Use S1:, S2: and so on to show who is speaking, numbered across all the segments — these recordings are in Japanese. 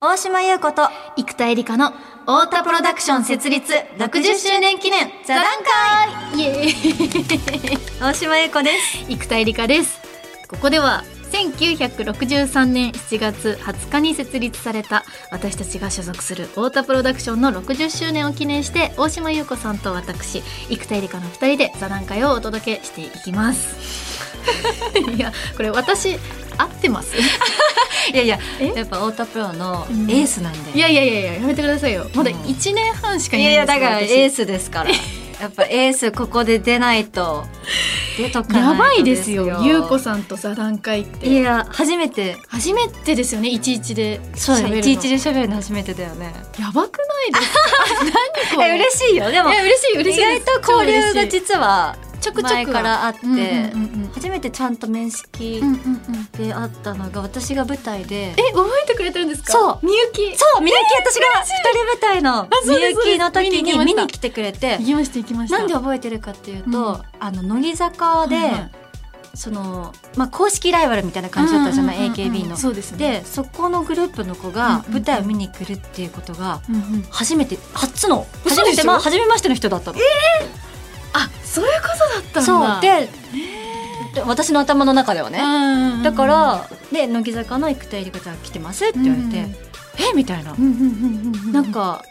S1: 大島優子と
S2: 生田絵梨花の太田プロダクション設立60周年記念座談会イエーイ
S1: 大島優子です
S2: 生田絵梨花ですここでは1963年7月20日に設立された私たちが所属する太田プロダクションの60周年を記念して大島優子さんと私生田絵梨花の2人で座談会をお届けしていきます いやこれ私合ってます
S1: いやいや
S2: え
S1: やっぱ太田プロのエ
S2: うん
S1: ースなんで、
S2: いやいやいやいややめてくださいよまだ
S1: うん
S2: 1年半しかい
S1: い
S2: な
S1: や
S2: い
S1: いやだからエー
S2: ス
S1: スです からやっぱエースここで出ないと出とかない
S2: や
S1: と
S2: ばいですよ優子
S1: い
S2: さんと座談会って
S1: や初めて
S2: 初めてですよねいちいちで
S1: そう
S2: 喋る
S1: だ
S2: の
S1: ねいちいちで喋るの初めてだよね
S2: やばくないですか何これ
S1: え嬉しいよでも
S2: いや嬉しい嬉
S1: 意
S2: しいで
S1: 外
S2: す
S1: と交流が
S2: 超嬉しい
S1: 実は
S2: ちょくちょく
S1: 前からあって、
S2: うんうんうん
S1: 初めてちゃんと面識
S2: うんうんうんうん
S1: で会ったのが私が舞台で
S2: え覚えてくれてるんですか
S1: そう
S2: みゆき
S1: そうみゆき私が二人舞台の
S2: そう
S1: み
S2: で
S1: ゆ
S2: すそうです
S1: きの時
S2: 見に行
S1: に見
S2: きました
S1: に来てくれて
S2: 行きました行きました
S1: なんで覚えてるかっていうと、
S2: うん
S1: あの乃木坂で、その、まあ、公式ライバルみたいな感じだったじゃない、
S2: うんうんうんうん
S1: AKB の。
S2: そうですね
S1: でそこのグループの子
S2: うん
S1: が
S2: うんうん
S1: 舞台を見に来るっていうことが
S2: うんうん
S1: 初めて初の初
S2: 嘘
S1: め、
S2: でしてょ
S1: まあ、初めましての人だったの。
S2: あそういうことだったんだ
S1: そうでで私の頭の中ではね。
S2: ね
S1: だからで乃木坂の生田絵梨花ちゃん来てますって言われて、えみたいな
S2: う。んうんうんうんうん
S1: なんか、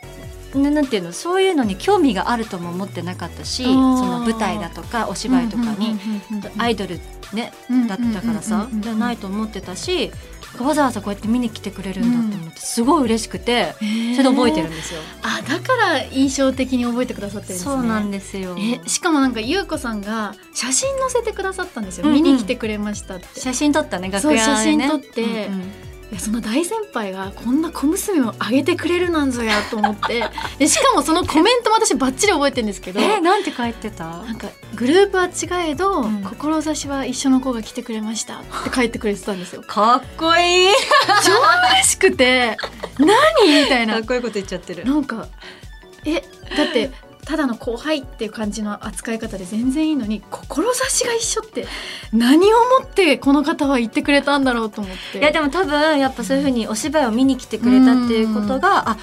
S1: ね、なんていうのそういうのに興味があるとも思ってなかったし
S2: あ
S1: その
S2: ー
S1: 舞台だとかお芝居とかにアイドル、ね、だったからさじゃない
S2: と
S1: と思ってたしわざわざこうやって見に来てくれるんだと思ってすごい嬉しくて
S2: そ
S1: それで覚えてるんですよ。
S2: あだから印象的に覚えてくださってるんですね
S1: そうなんですよ
S2: えしかもなんか優子さんが写真載せてくださったんですよ、
S1: うんうん
S2: 見に来てくれましたって
S1: 写真撮ったね楽
S2: そう
S1: 屋でね
S2: 写真撮って
S1: うんうん
S2: いやその大先輩がこんな小娘をあげてくれるなんぞやと思ってでしかもそのコメントも私バッチリ覚えてるんですけど
S1: えなんて書いてた
S2: なんかグループは違えど、
S1: うん
S2: 志は一緒の子が来てくれましたって書いてくれてたんで すよ
S1: かっこいい
S2: 超嬉しくて何みたいな
S1: こいいこと言っちゃってる
S2: なんかえだってただの後輩っていう感じの扱い方で全然いいのに志が一緒って何をもってこの方は言ってくれたんだろうと思って
S1: いやでも多分やっぱそういうふうにお芝居を見に来てくれたっていうことがあ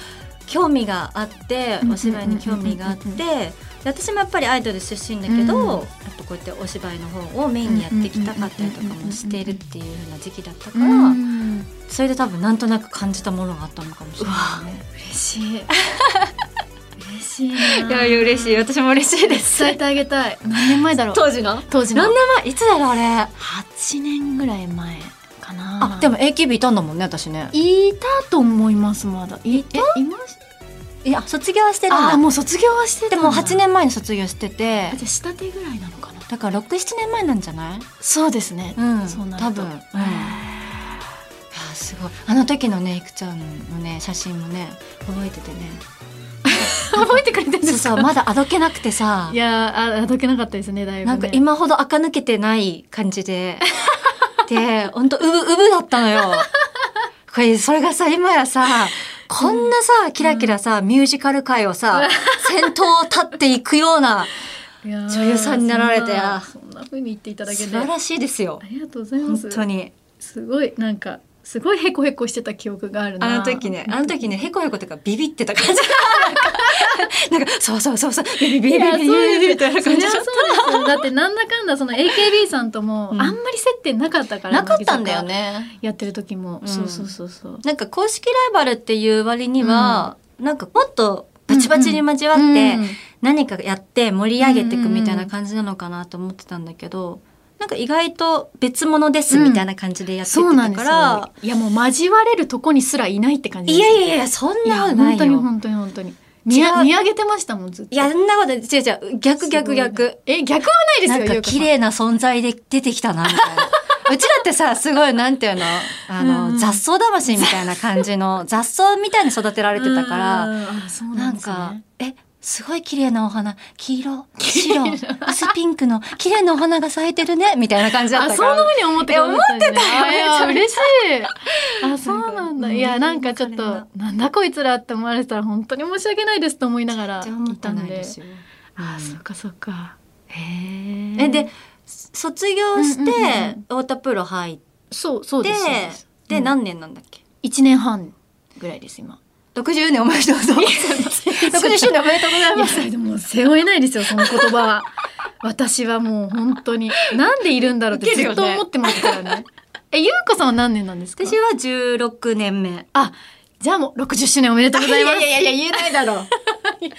S1: 興味があって
S2: うん
S1: お芝居に興味があって
S2: うんうん
S1: で私もやっぱりアイドル出身だけど、
S2: うん
S1: やっぱこうやってお芝居の方をメインにやってきたかったりとかもしているっていうような時期だったから、
S2: うん
S1: それで多分なんとなく感じたものがあったのかもしれないね。
S2: 嬉しい嬉しいない
S1: やいや嬉しい私も嬉しいです。
S2: 伝えてあげたい何年前だろ う
S1: 当時の
S2: 当時の
S1: 何年前いつだろうあれあ
S2: 8年ぐらい前かな
S1: でも AKB いたんだもんね私ね。
S2: いたと思いますまだいたいました
S1: いや卒業はしてるん
S2: あ
S1: だ
S2: ー。もう卒業はしてた
S1: で
S2: んだ
S1: も8年前に卒業してて
S2: あじゃあ下手ぐらいなのかな
S1: だから67年前なんじゃない
S2: そうですね
S1: うん、
S2: そうなると
S1: 多分、うん、いやすごいあの時のねいくちゃんのね写真もね覚えててね
S2: 覚えてくれてるん で
S1: そう
S2: すか
S1: そうまだあどけなくてさ
S2: いやーああどけなかったですねだいぶね
S1: なんか今ほど垢抜けてない感じ ででほんとうぶうぶだったのよこれそれがさ今やさこんなさキラキラさ、ミュージカル界をさ先頭を立っていくよう ない
S2: やー
S1: 女優さんになられてあ
S2: そんなそんな風に言っていただけ
S1: 素
S2: で
S1: 晴
S2: あ
S1: らしいですよ
S2: りがとうございま
S1: 本
S2: す
S1: 当に
S2: すごいなんかすごいヘコヘコしてた記憶があるな
S1: あの時ね、あの時ね、へこへことかビビってた感じ。なんか、そうそうそうそう、ビビビビ
S2: い
S1: ビ
S2: やそう
S1: ビビビビみたいな
S2: そり
S1: 感
S2: ゃ
S1: じだっ
S2: そうですよだってなんだかんだその AKB さんとも
S1: うん
S2: あんまり接点なかった
S1: た。
S2: から、
S1: なかったんだよね。
S2: やってる時も、
S1: うん
S2: そうそうそうそう
S1: なんか公式ライバルっていう割には、なんかもっとバチバチに交わって、何かやって盛り上げていくみたいな感じなのかなと思ってたんだけど、なんか意外と別物ですみたいな感じでやってき
S2: そうな
S1: た
S2: んで
S1: か
S2: す
S1: ら
S2: よ、いやもう交われるとこにすらいないって感じ
S1: い
S2: です
S1: や
S2: よ
S1: いやいや、そん
S2: い
S1: な
S2: や
S1: ことない
S2: 本当に
S1: よ。
S2: 本当に本当に見や
S1: 違う
S2: 見上げてましたもんずっと
S1: いや、そんなこと、違う違う、逆逆逆。
S2: え逆はないです
S1: な
S2: よ
S1: んか綺麗な存在で出てきたなみたい な。うちだってさ、すごい、なんていうのあの、
S2: うんうん
S1: 雑草魂みたいな感じの、雑草みたいに育てられてたから、
S2: らそうな
S1: なんん
S2: です、ね、
S1: か、え、すごい綺麗なお花、黄色、 白、薄ピンクの綺麗なお花が咲いてるね、みたいな感じだっ
S2: あ
S1: た
S2: そ
S1: か
S2: んな
S1: ら。
S2: 風に思ってくださったんですね
S1: いや思ってたよ
S2: あいや嬉しい あそうなんだ
S1: うん
S2: いやなんかちょっ
S1: わか
S2: となんだこいつらって思われてたら本当に申し訳ないですと思いながら
S1: 全然思
S2: い
S1: って
S2: た
S1: なんい
S2: で
S1: ですよ。
S2: あ
S1: うん
S2: そっかそっかへ
S1: え、で、卒業して
S2: うんうんうんうん、
S1: 太田プロ入っ
S2: そうそう
S1: て
S2: ですそうです、
S1: で、
S2: うん
S1: 何年なんだっけ
S2: 一年半ぐらいです今。
S1: 60年おめでとうござい ます。60周年おめでとうござい
S2: いや
S1: ま
S2: そ
S1: す。
S2: れでも背負えないですよその言葉は私はもう本当になんでいるんだろうって
S1: いける
S2: ず
S1: よね
S2: っと思ってますからねえゆうこさんは何年なんですか
S1: 私は16年目。
S2: あじゃあもう60周年おめでとうございます
S1: いやいやいや言えないだろう。
S2: い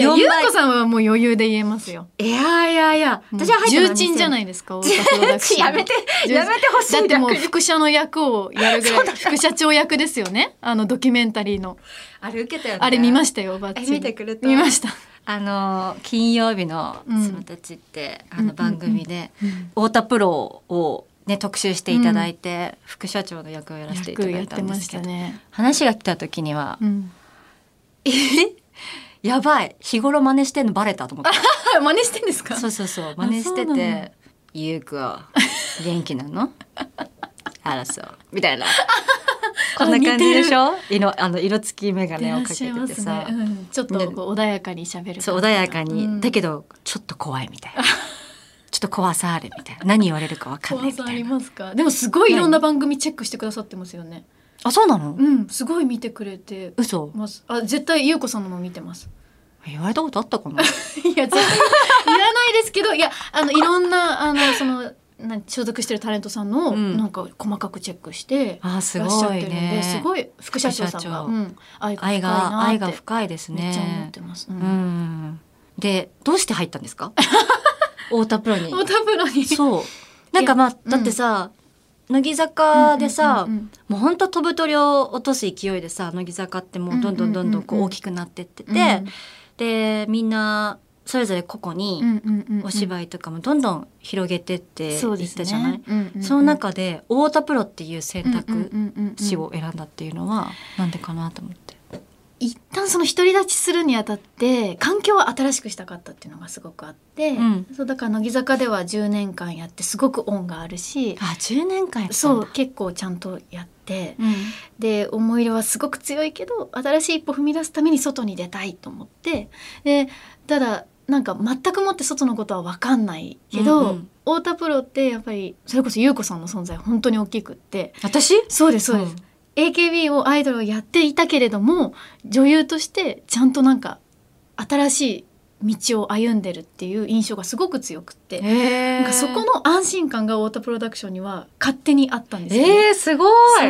S2: や
S1: 4
S2: ゆう
S1: 倍
S2: こさんはもう余裕で言えますよ
S1: いやいやいや、私は入って
S2: 重鎮じゃないですか大田プロダクション
S1: やめて、やめてほしい。
S2: だってもう
S1: 逆に
S2: 副社の役をやるぐら
S1: そう
S2: い
S1: だ
S2: 副社長役ですよねあのドキュメンタリーの
S1: あれ受けたよね。
S2: あれ見ま
S1: し
S2: したよばっちり
S1: え見てくれた
S2: 見ました、
S1: た。あの、金曜日の
S2: うん
S1: そのたちって、あ
S2: うんうんう
S1: の
S2: ん
S1: 番組で、太田プロをね、特集していただいて、副社長の役をやらせていた
S2: 役
S1: だ
S2: やっ
S1: いた
S2: て
S1: んで
S2: ますし
S1: け
S2: た
S1: ど、
S2: ね、
S1: 話が来た時には、
S2: うん
S1: えやばい、日頃真似してんのバレたと思って。
S2: あ真似してんですか
S1: そうそうそう真似して
S2: そうなの
S1: て「ゆうくは元気なの? 」あらそうみたい なこんな感じでしょ色あの色付き眼
S2: 出
S1: 鏡
S2: ら
S1: を
S2: っ
S1: かけ
S2: しゃい
S1: て
S2: ま
S1: て
S2: す
S1: さ
S2: ね、、うんちょっとこう穏やかに喋る
S1: そう穏やかに、だけ
S2: ど
S1: どちょっと怖いみたいなちょっと怖さあるみたいな何言われるかわかんない
S2: 怖
S1: み
S2: さ
S1: た
S2: あ
S1: い
S2: り
S1: な
S2: ますかでもすごいいろんな番組チェックしてくださってますよね
S1: あそうなの、
S2: うんすごい見てくれて
S1: 嘘
S2: ますあ絶対優子さんのも見て ます
S1: 言われたことあったか な
S2: いや絶対いらないですけどいやあのいろんなあのそのな所属してるタレントさんの、
S1: うん
S2: なんか細かくチェックして
S1: あす
S2: らっしゃ
S1: ご
S2: って
S1: い
S2: るんで
S1: ね
S2: すごい副社長さん
S1: 副社
S2: が、
S1: 長
S2: うん、愛が深い
S1: 愛が
S2: な
S1: 愛
S2: って
S1: が深いです
S2: めっちゃ思っ
S1: ね
S2: てます、う
S1: うんんでどうして入ったんです か太田プロに
S2: 太田プロに
S1: そう。 なんかまあ、
S2: うん
S1: だってさ、乃木坂でさ、
S2: うんうんうんうん
S1: もうほんと飛ぶ鳥を落とす勢いでさ、乃木坂ってもうどんどんどんどんこ
S2: うんう
S1: うん
S2: んうんう
S1: 大きくなってってて、で、みんなそれぞれ個々にお
S2: 居
S1: 芝居とかもどんどん広げてっていったじゃないそ,、
S2: そ
S1: の
S2: の中
S1: 中で、太田プロっていう選択肢
S2: 死を
S1: を選んだっていうのは、なんでかなと思って。
S2: 一旦その独り立ちするにあたって環境を新しくしたかったっていうのがすごくあって、
S1: うん
S2: そうだから乃木坂では10年間やってすごく恩があるし
S1: あ、10年間やってたん
S2: そ
S1: だ
S2: う。結構ちゃんとやって
S1: うん。
S2: で思い入れはすごく強いけど新しい一歩踏み出すために外に出たいと思ってでただなんか全くもって外のことは分かんないけど、
S1: うんうん
S2: 太田プロってやっぱりそれこそ優子さんの存在本当に大きくって
S1: 私
S2: そうですそうです、
S1: ん
S2: AKB をアイドルをやっていたけれども女優としてちゃんとなんか新しい道を歩んでるっていう印象がすごく強くって、
S1: へー
S2: なんかそこの安心感が太田プロダクションには勝手にあったんですよ、ね。
S1: えー、すごい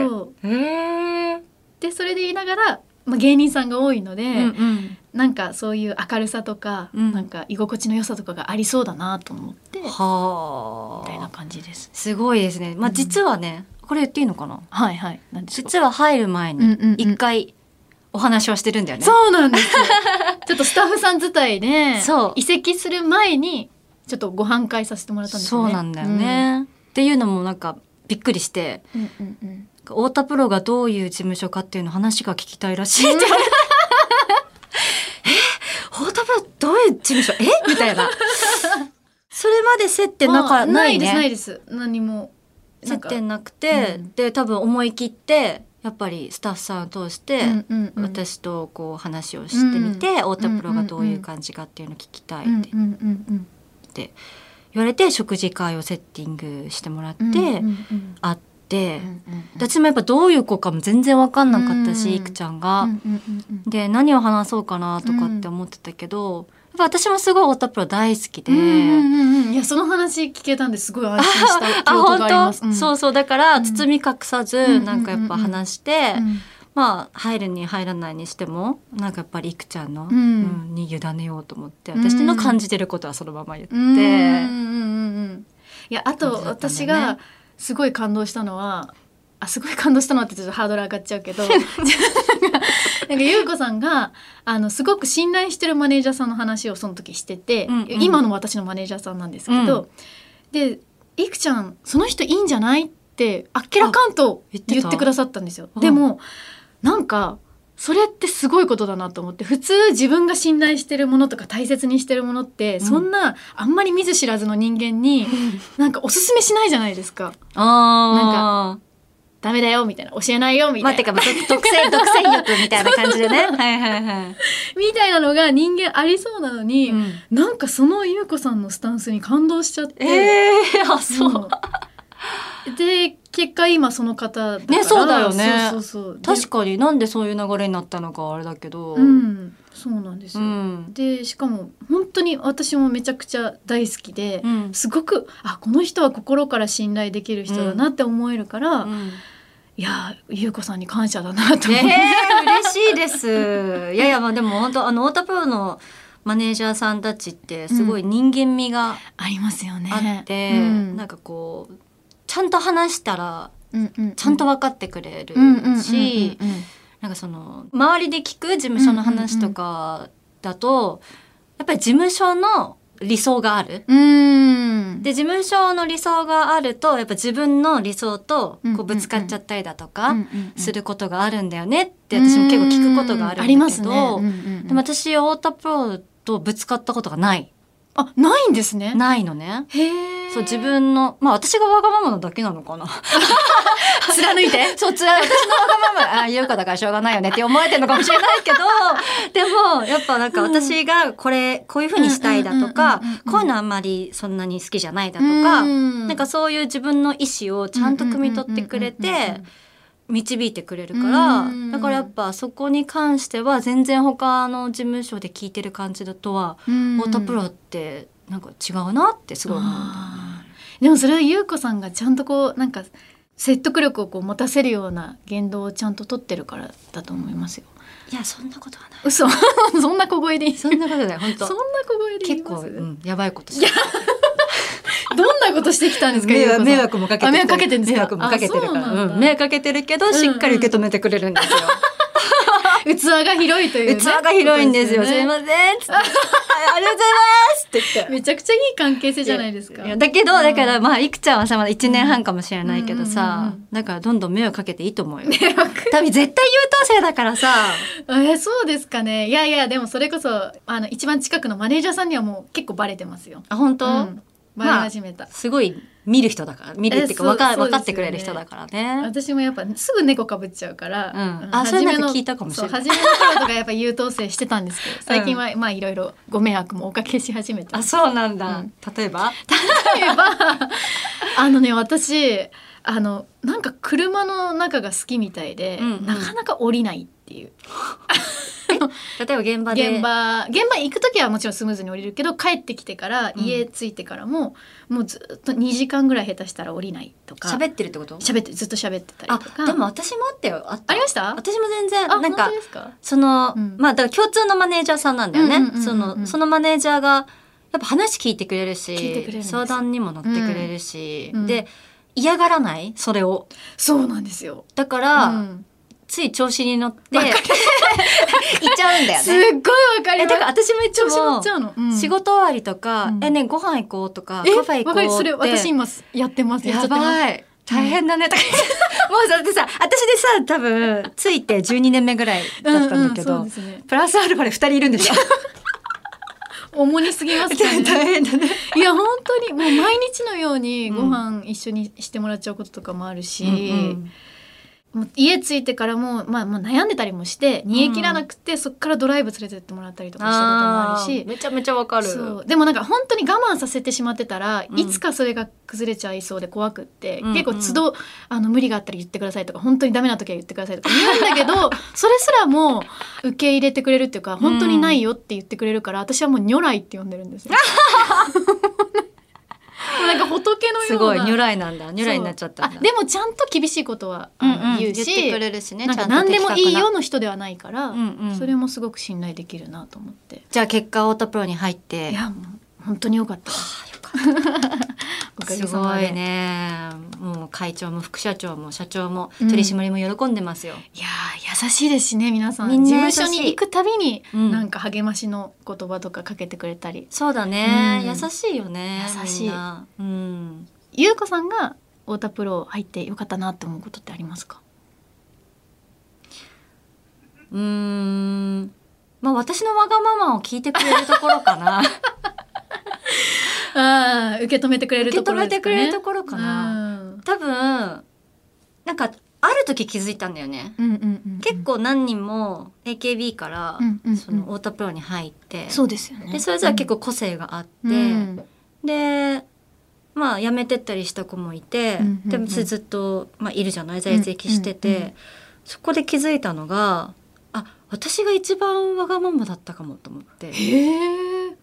S2: そう
S1: へえ。
S2: でそれで言いながら、まあ、芸人さんが多いので、
S1: うんうん。
S2: なんかそういう明るさとか、
S1: うん
S2: なんか居心地の良さとかがありそうだなと思ってみ
S1: は
S2: たいな
S1: あ。
S2: 感じです。
S1: すごいですね。まあ、
S2: うん
S1: 実はね、これ言っていいのかな。
S2: はいはい。なんですか
S1: 実は入る前
S2: うん
S1: に
S2: うんうん
S1: 一回お話をしてるんだよね。
S2: そうなんですよちょっとスタッフさん自体で
S1: そう
S2: 移籍する前にちょっとご飯会させてもらったんですよ
S1: そ
S2: ね。
S1: うなんだよね。っていうのもなんかびっくりして、
S2: うん。うんうんうん
S1: 太田プロがどういう事務所かっていうの話が聞きたいらし いって。え、太田プロどういう事務所？えみたいな。それまで接点なん
S2: あ
S1: かない
S2: ですない
S1: ね。
S2: です。何も
S1: 接点なく
S2: う
S1: て
S2: ん、
S1: で多分思い切ってやっぱりスタッフさんを通して。
S2: なんかうんうんうん
S1: 私とこう話をしてみて、
S2: うん
S1: 太田プロがどういう感じかっていうのを聞きたいっ
S2: うんうん
S1: て
S2: うん
S1: 言われて食事会をセッティングしてもらって
S2: うんうんうんうん
S1: 会って、
S2: うんうんうん
S1: 私もやっぱどういう子かも全然分かんなかったし、
S2: うん
S1: いくちゃんが。
S2: うんうんうん
S1: で何を話そうかなとかって思ってたけど、やっぱ私もすごい太田プロ大好きで。
S2: うんうんうんうんいやその話聞けたんですごい安心した記
S1: あ
S2: 憶
S1: 本
S2: があります。
S1: 当、そうそうだから、
S2: うん
S1: 包み隠さず、
S2: ん
S1: なんかやっぱ話して、
S2: うん
S1: まあ入るに入らないにしてもなんかやっぱりいくちゃんの、
S2: うん
S1: うんに委ねようと思って
S2: うん
S1: 私の感じてることはそのまま言って、
S2: うんうんうんうんいやあと
S1: 感じだったんだ
S2: 私
S1: よね
S2: がすごい感動したのはあすごい感動したのはってちょっとハードル上がっちゃ うけどなんか優子さんがあのすごく信頼してるマネージャーさんの話をその時してて、
S1: うんうん
S2: 今の私のマネージャーさんなんですけど、でいくちゃんその人いいんじゃないってあっけらかんと
S1: 言ってた
S2: 言ってくださったんですよ。
S1: うん
S2: でもなんかそれってすごいことだなと思って普通自分が信頼してるものとか大切にしてるものって、そんなあんまり見ず知らずの人間になんかおすすめしないじゃないですか。
S1: ああ
S2: ダメだよみたいな教えないよみ
S1: ま
S2: た
S1: あ
S2: い
S1: て
S2: な、
S1: か独独占独占欲みたいな感じで ねはいはいはい、
S2: みたいなのが人間ありそうなのに、なんかその優子さんのスタンスに感動しちゃって。
S1: ええあ
S2: そ
S1: そう
S2: うで結果今その方だから
S1: ねそうだよね
S2: そうそうそうで
S1: 確かになんでそういう流れになったのかはあれだけど、
S2: うんそうなんです
S1: う
S2: よ、
S1: ん
S2: でしかも本当に私もめちゃくちゃ大好きで、
S1: うん
S2: すごくあこの人は心から信頼できる人だなって思えるから、
S1: うん
S2: いやー優子さんに感謝だなと思って、
S1: ねえ嬉しいです。いやいやまあでも本当あの太田プロのマネージャーさんたちってすごい人間味が
S2: ありますよね。
S1: あって、
S2: うん
S1: なんかこうちゃんと話したら
S2: うんうんうん
S1: ちゃんと分かってくれる
S2: うんうんうんうん
S1: し、
S2: うんうん
S1: なんかその周りで聞く事務所の話とかだと、やっぱり事務所の理想がある。
S2: うーん
S1: で事務所の理想があるとやっぱ自分の理想と
S2: うんうん
S1: こ
S2: う
S1: うんぶつかっちゃったりだと
S2: うん
S1: か
S2: うんうん
S1: することがあるんだよねって私も結構聞くことがあるんだけど、
S2: うーんありますね。うんうんうん
S1: でも私太田プロとぶつかったことがない
S2: あないんですね。
S1: ないのね。
S2: へえ。
S1: そう自分のまあ私がわがままなだけなのかな。
S2: 貫いて。
S1: そうつらい私のわがままああ優香だからしょうがないよねって思えてるのかもしれないけ どでもやっぱなんか私がこれこういうふうにしたいだとか
S2: うんうんうんうんうん
S1: こういうのあんまりそんなに好きじゃないだとか。
S2: な
S1: なんかそういう自分の意思をちゃんと汲み取ってくれて導いてくれるから
S2: うん
S1: だからやっぱそこに関しては全然他の事務所で聞いてる感じだとは
S2: 太
S1: 太田プロってなんか違うなってすごい思うんだよね
S2: でもそれは優子さんがちゃんとこうなんか説得力をこう持たせるような言動をちゃんと取ってるからだと思いますよ。
S1: いやそんなことはない
S2: 嘘そんな小声でいい。そ
S1: そんな ことない本
S2: んな
S1: 当
S2: 小声で言い
S1: 結
S2: ま
S1: 構、
S2: す。
S1: うん、やばいことしてる
S2: どんなことしてきたんですか。
S1: 迷
S2: 優子さ
S1: 惑
S2: ん
S1: 迷惑もかけて
S2: あ迷惑かけてんですか
S1: 迷惑もかけてるか
S2: あ
S1: ら
S2: そうなんだ
S1: うん迷惑かけてるけどしっかり受け止めてくれるんですよ、
S2: 器が広いという、ね、
S1: 器が広いんですよ
S2: こ
S1: す
S2: と
S1: い
S2: ね
S1: ませんつってはいありがとうございますって言って
S2: めちゃくちゃいい関係性じゃないですか。
S1: いやだけどだからまあいくちゃんはさまだ1年半かもしれないけど
S2: うんうん
S1: さ
S2: うんうん
S1: だからどんどん迷惑かけていいと思うよ多分絶対優等生だからさ
S2: えそうですかね。いやいやでもそれこそあの一番近くのマネージャーさんにはもう結構バレてますよ。
S1: あ本当、
S2: うんバレ始めた。
S1: すごい見る人だから見るっていうか
S2: え
S1: わか
S2: そうそうですよね
S1: 分かってくれる人だからね。
S2: 私もやっぱすぐ猫かぶっちゃうから、
S1: うん
S2: うん
S1: あそれなんか
S2: 初めの
S1: 聞いたかもしれない
S2: そう初めの頃とかやっぱ優等生してたんですけ ど最近はまあいろいろご迷惑もおかけし始めて
S1: あそうなんだ、
S2: うん
S1: 例えば
S2: 例えば あのね私あのなんか車の中が好きみたいで、
S1: うんうん
S2: なかなか降りないっていう
S1: 例えば現場で
S2: 現場現場行く時はもちろんスムーズに降りるけど帰ってきてから
S1: うん
S2: 家着いてからも、もうずっと2時間ぐらい下手したら降りないとか
S1: 喋ってるってこと
S2: 喋ってずっと喋ってたり
S1: あ
S2: とか
S1: でも私もあったよあった
S2: ありました
S1: 私も全然
S2: あ
S1: なん
S2: 本
S1: か
S2: 当ですか
S1: その、
S2: うん
S1: まあだから共通のマネージャーさんなんだよね、
S2: うんうんうんうん
S1: そのそのマネージャーがやっぱ話聞いてくれる
S2: 聞いてくれるん
S1: し
S2: です
S1: 相談にも乗ってくれるし、
S2: うんうん
S1: で嫌がらないそれを
S2: そうなんですよ。
S1: だから、
S2: うん
S1: つい調子に乗って
S2: わか
S1: 行
S2: る
S1: っちゃうんだよ
S2: す
S1: ね
S2: っごいわかり
S1: え
S2: ます
S1: だから私もいつ
S2: 調子乗
S1: も
S2: っちゃうの、うん
S1: 仕事終わりとか、
S2: うん
S1: えねご飯行こうとか
S2: え
S1: カフェ行こ
S2: わか
S1: うっ
S2: る
S1: て
S2: それ私今やってますやっ
S1: や
S2: ちゃってます
S1: ばい大変だね とか言ってもうだってさ私でさ多分ついて12年目ぐらいだったんだけど、
S2: うんうんそうですね
S1: プラスアルファで2人いるんでし ょ
S2: 重にすぎます よ
S1: 大
S2: ね
S1: 変だね、
S2: いや本当にもう毎日のようにご飯一緒にしてもらっちゃうこととかもあるし、もう家着いてからも、まあ、もう悩んでたりもして煮え切らなくて、そっからドライブ連れてってもらったりとかしたこともあるし
S1: めちゃめちゃわかる
S2: そうでもなんか本当に我慢させてしまってたら、
S1: うん
S2: いつかそれが崩れちゃいそうで怖くって、
S1: うんうん
S2: 結構都度あの無理があったら言ってくださいとか本当にダメな時は言ってくださいとか言うんだけど それすらもう受け入れてくれるっていうか本当にないよって言ってくれるから私はもう如来って呼んでるんです よ。なんか仏のような
S1: すごい如来なんだ如来になっちゃったん
S2: そ
S1: だ
S2: うあでもちゃんと厳しいことは
S1: う
S2: あ
S1: ん
S2: の
S1: うん
S2: 言うし、
S1: 言ってくれるしね
S2: なんか
S1: ちゃん
S2: 何
S1: と
S2: で
S1: 的確
S2: も
S1: ない
S2: いよの人ではないから、
S1: うんうん
S2: それもすごく信頼できるなと思って。
S1: じゃあ結果太田プロに入って
S2: いやもう本当に良かったです。
S1: す
S2: おか
S1: ご
S2: げさまで
S1: い。ねもう会長も副社長も社長も
S2: うん
S1: 取締りも喜んでますよ、
S2: いやー優しいですしね皆さん
S1: みん
S2: 事
S1: な優
S2: 務
S1: しい
S2: 所に行くたびに、
S1: うん
S2: なんか励ましの言葉とかかけてくれたり
S1: そうだね、
S2: うん
S1: 優しいよね
S2: 優しい
S1: みんなうん
S2: 優子さんが太田プロ入って良かったなって思うことってありますか
S1: うーんまあ私のわがままを聞いてくれるところか な
S2: ああ受け止めてくれるところで
S1: 受け止めて
S2: すかね
S1: くれるところかな
S2: うん
S1: 多分なんかある時気づいたんだよね、
S2: うんうんうんうん
S1: 結構何人も AKB から、
S2: うんうんうん
S1: その太田プロに入って
S2: そうですよね
S1: でそれぞれ結
S2: 構
S1: 構個性があって、
S2: うん
S1: でまあ辞めてったりした子もいて、
S2: うんうんうん
S1: でもずっと、まあ、いるじゃない在籍してて、
S2: うんうんうん
S1: そこで気づいたのがあ私が一番わがままだったかもと思って
S2: へえ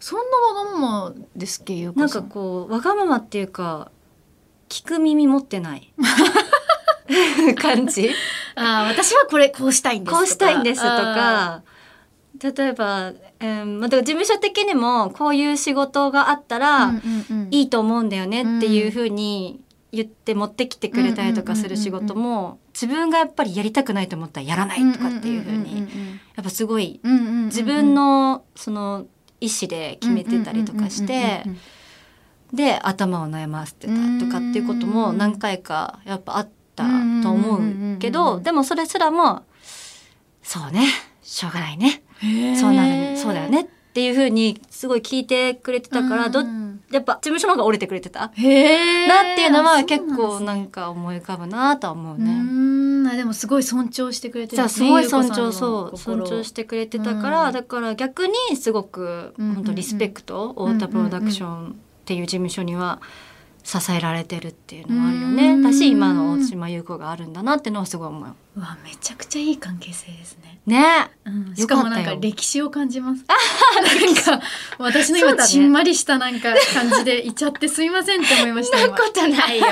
S2: そんなわがままですっけゆう
S1: な
S2: こ
S1: ん
S2: さ
S1: か
S2: ん
S1: こうわがままっていうか聞く耳持ってない 感じ
S2: あー私はこれこうしたいんですとか
S1: こうしたいんですとか
S2: あ
S1: 例えば、えーまあ、だから事務所的にもこういう仕事があったら、
S2: ーうんうんうん
S1: いいと思うんだよねっていうふうに言って持ってきてくれたりとかする仕事も自分がやっぱりやりたくないと思ったらやらないとかっていうふうにやっぱすごい
S2: うんうんうんうん
S1: 自分のその意思で決めてたりとかして
S2: うんうんうんうんうん
S1: で頭を悩ませてたとかっていうことも何回かやっぱあったと思うけ
S2: うんうんうんうんう
S1: ど
S2: ん
S1: でもそれすらもそうねしょうがないね
S2: へー
S1: そうなるそうだよねっていうふうにすごい聞いてくれてたからど
S2: うんうん
S1: やっぱ事務所の方が折れてくれてた。
S2: へー
S1: なっていうのは結
S2: そう
S1: 構なんか思い浮かぶなとは思う
S2: なんですねう
S1: ね。
S2: ーんあでもすごい尊重してくれて
S1: じゃあ
S2: る
S1: すごい尊重そう尊
S2: 尊
S1: 重
S2: 重
S1: してくれてたから、
S2: うん
S1: だから逆にすごく
S2: うんうんうん
S1: 本当リスペクト、
S2: うんうんうん
S1: 太田プロダクションっていう事務所には支えられてるっていうのはあるよね、
S2: うん
S1: だし今の大島優子があるんだなってのはすごい思う
S2: うわめちゃくちゃいい関係性ですね
S1: ね
S2: うん、し
S1: よ
S2: か
S1: かったよ
S2: もなんか歴史を感じます。なんか私の
S1: そう
S2: 今
S1: だね
S2: ちんまりしたなんか感じでいちゃってすいませんって思いまし た。今
S1: とない よ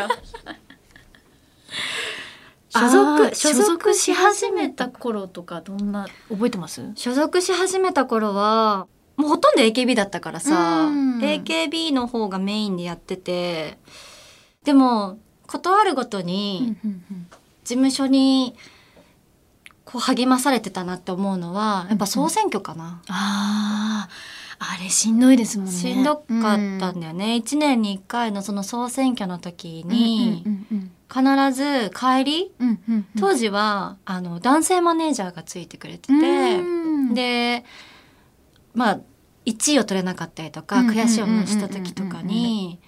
S1: 所
S2: あー
S1: 属所属し始めた
S2: 頃とかどんな覚えてます？
S1: 所属し始めた頃はもうほとんど AKB だったからさ、
S2: うん
S1: AKB の方がメインでやっててでも断るごとに事務所にこう励まされてたなって思うのはやっぱ総選挙かな、
S2: あああれしんどいですもんね。
S1: しんどかったんだよね、一年に一回のその総選挙の時
S2: うん
S1: に
S2: うんうん
S1: 必ず帰り
S2: うんうんうん
S1: 当時はあの男性マネージャーがついてくれてて。
S2: うん
S1: でまあ1位を取れなかったりとか
S2: うんうんうんうん
S1: 悔しい思いした時とかに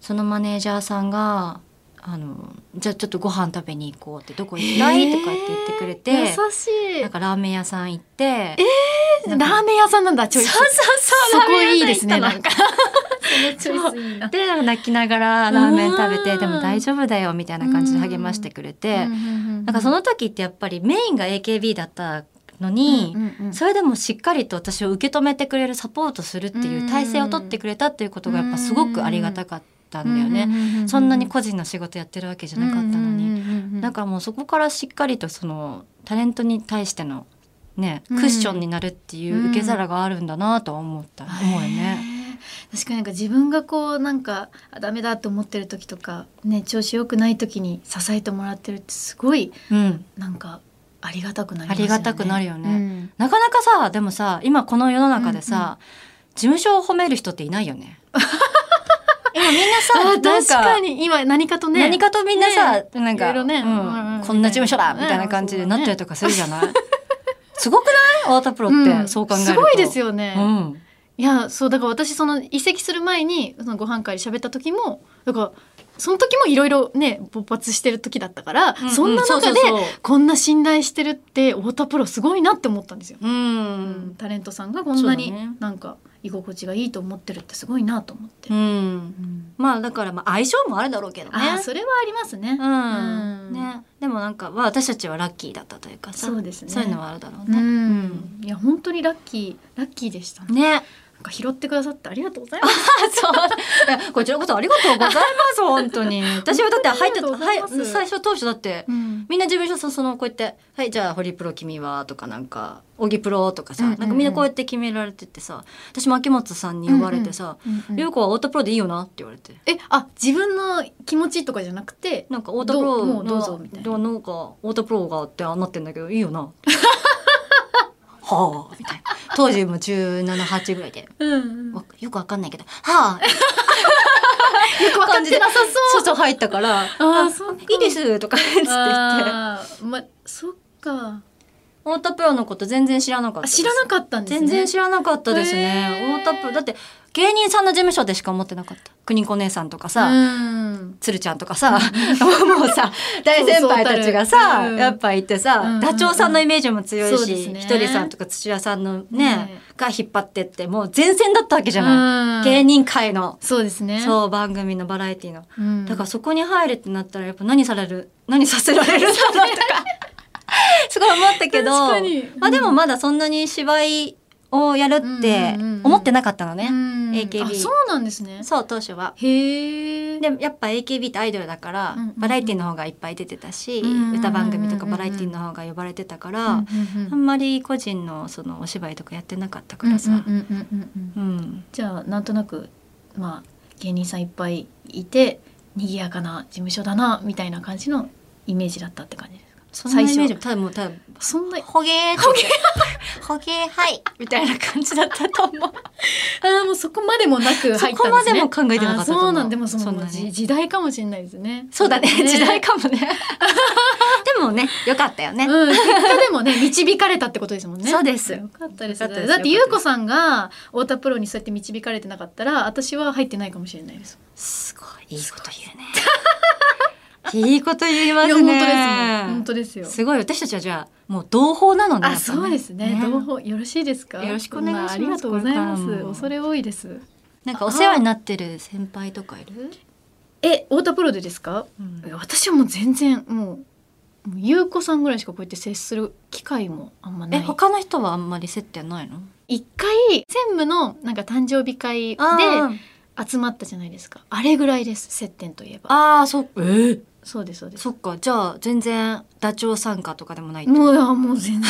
S1: そのマネージャーさんが「あのじゃあちょっとご飯食べに行こう」って「どこ行きたい?」とかって言ってくれて、
S2: 優しい
S1: なん。かラーメン屋さん行って、
S2: ラーメン屋さんなんだちょい
S1: そうそうそう
S2: そこいいですね
S1: ラー
S2: な
S1: メン
S2: ん
S1: 屋さ
S2: か。
S1: ん行っ
S2: そのチョイスいい
S1: たの
S2: な
S1: でなんか泣きながらラーメン食べ
S2: う
S1: て「
S2: ん
S1: でも大丈夫だよ」みたいな感じで励ましてくれて、
S2: うんうんうん
S1: なんかその時ってやっぱりメインが AKB だったのに、
S2: うんうんうん
S1: それでもしっかりと私を受け止めてくれるサポートするっていう体制を取ってくれたっていうことがやっぱすごくありがたかったんだよね。
S2: ね
S1: そんなに個人の仕事やってるわけじゃなかったのに。
S2: に
S1: だからもうそこからしっかりとそのタレントに対してのね、ク
S2: うん
S1: ッションになるっていう受け皿があるんだなとは思った、思うよね。
S2: へー確かになんか自分がこうなんかあダメだと思ってる時とかね調子良くない時に支えてもらってるってすごい
S1: うん。
S2: なんかありがたくなりますよね
S1: ありがたくなるよね
S2: うん
S1: なかなかさ、でもさ、今この世の中でさ、事務所を褒める人っていないよね。 今みんなさ、
S2: あ
S1: なん
S2: 確かに今何かとね
S1: 何かとみんなさ、なん
S2: いろ
S1: か
S2: いろね
S1: う
S2: うんうんうん
S1: ん、こんな事務所だ
S2: ね
S1: みたいな感じで
S2: そうだ
S1: な
S2: ね
S1: ったりとかするじゃないすごくない太田プロっ
S2: う
S1: て
S2: ん
S1: そう考えると
S2: すごいですよ
S1: う
S2: ね、
S1: ん
S2: いやそうだから私その移籍する前にそのご飯会で喋った時もだからその時もいろいろね勃発してる時だったから、
S1: うんうん
S2: そんな
S1: そうそ
S2: 中
S1: う
S2: で
S1: そう
S2: こんな信頼してるって太田プロすごいなって思ったんですよ
S1: う
S2: うん
S1: ん
S2: タレントさんがこんなに
S1: そうだね
S2: なんか居心地がいいと思ってるってすごいなと思って。
S1: うん
S2: うん
S1: まあだからまあ相性もあるだろうけどね
S2: あーそれはありますね。
S1: うん
S2: うん
S1: ねでもなんかまあ私たちはラッキーだったというかさ
S2: そうですね
S1: そういうのはあるだろう
S2: う
S1: ね
S2: ん、いや本当にラッキーラッキーでしたね。
S1: ね
S2: なんか拾ってくださってありがとうございます。
S1: そう いやこちらこそありがとうございます本当 に私はだって入って
S2: 本当にありがとうございま
S1: は
S2: す
S1: い最初当初だって
S2: うん
S1: みんな事務所さそのこうやって「はいじゃあホリプロ君は」とかなんか「オギプロ」とかさ、
S2: うんうんうん
S1: なんかみんなこうやって決められてってさ私も秋元さんに呼ばれてさ
S2: うん
S1: 「
S2: うん
S1: 優、子、はオートプロでいいよな」って言われて。
S2: えあ自分の気持ちとかじゃなくて
S1: なんかオートプロ
S2: どう
S1: の
S2: もうどうぞみたいな
S1: どうなんかオートプロがあってああなってん だけどいいよなはあみたいな当時も178ぐらいで
S2: うん
S1: わよくわかんないけどはあ
S2: よくわかってなさそう。
S1: そうそう入ったから「
S2: あーそうか
S1: いいです」とかつ って言って
S2: あーまそっか
S1: オートプロのこと全然知らなかった
S2: あ
S1: です
S2: 知らなかったんですね。
S1: 全然知らなかったですね
S2: へー。
S1: オータプだって芸人さんの事務所でしか思ってなかった邦子姉さんとかさ、
S2: うん
S1: 鶴ちゃんとかさ、 もう さ大先輩たちが
S2: そうそうた
S1: さ、
S2: るうん
S1: やっぱいてさ、
S2: うん
S1: ダチョウさんのイメージも強い
S2: そう
S1: し、
S2: ですね
S1: ひとりさんとか土屋さんのね
S2: ね
S1: が引っ張ってってもう前線だったわけじゃない、
S2: うん
S1: 芸人界の、
S2: そうですね
S1: そう番組のバラエティの。
S2: うん
S1: だからそこに入るってなったらやっぱ何される何させられるんだろうとか すごい思ったけど
S2: 確かに
S1: まあ、でもまだそんなに芝居をやるって
S2: うんうんうん
S1: 思ってなかったのね、
S2: うん
S1: AKB
S2: あそうなんですね
S1: そう当初は。
S2: へえ
S1: でやっぱ AKB ってアイドルだから、
S2: うんうんうん
S1: バラエティの方がいっぱい出てたし、
S2: うんうんうんうん
S1: 歌番組とかバラエティの方が呼ばれてたから、あんまり個人のそのお芝居とかやってなかったからさ、
S2: うんうんうんうんうん
S1: うん
S2: じゃあなんとなくまあ芸人さんいっぱいいて賑やかな事務所だなみたいな感じのイメージだったって感じですか
S1: そんなイメージも多分もう多分
S2: そんなあ
S1: ほげーほげーほげーはいみたいな感じだったと思う。
S2: ーもうそこまでもなく入ったんですね
S1: そこまでも考えてなかったと
S2: あー
S1: 思う
S2: そうなんでもそ
S1: そん
S2: の
S1: なね
S2: じ時代かもしれないですね
S1: そうだね時代かもね でもね良かったよね、
S2: うん、結果でもね導かれたってことですもんね。
S1: そうです
S2: よかったです。
S1: よかったです
S2: だって優子さんが太田プロにそうやって導かれてなかったら、私は入ってないかもしれないです。
S1: すごいいいこと言うねいいこと言いま
S2: いや
S1: す
S2: 本当
S1: ね
S2: ですもん。本当ですよ。
S1: すごい私たちはじゃあもう同胞なのね
S2: あ、そうですね。
S1: やっぱ
S2: 同胞よろしいですか。
S1: よろしくお願いします
S2: ありがとうござい
S1: こ
S2: ま
S1: れか
S2: す。
S1: らも
S2: 恐れ多いです。
S1: なんかお世話になってる先輩とかいる、
S2: え、太田プロでですか。
S1: うん
S2: いや私はもう全然もうもう優子さんぐらいしかこうやって接する機会もあんまな
S1: え
S2: い。
S1: 他の人はあんまり接点ないの
S2: 一回専務のなんか誕生日会で
S1: で
S2: 集まったじゃないですか。あれぐらいです。接点といえば。
S1: ああそっえー
S2: そうですそうです。
S1: そっかじゃあ全然ダチョウ参加とかでもないってこと
S2: もういやもう全然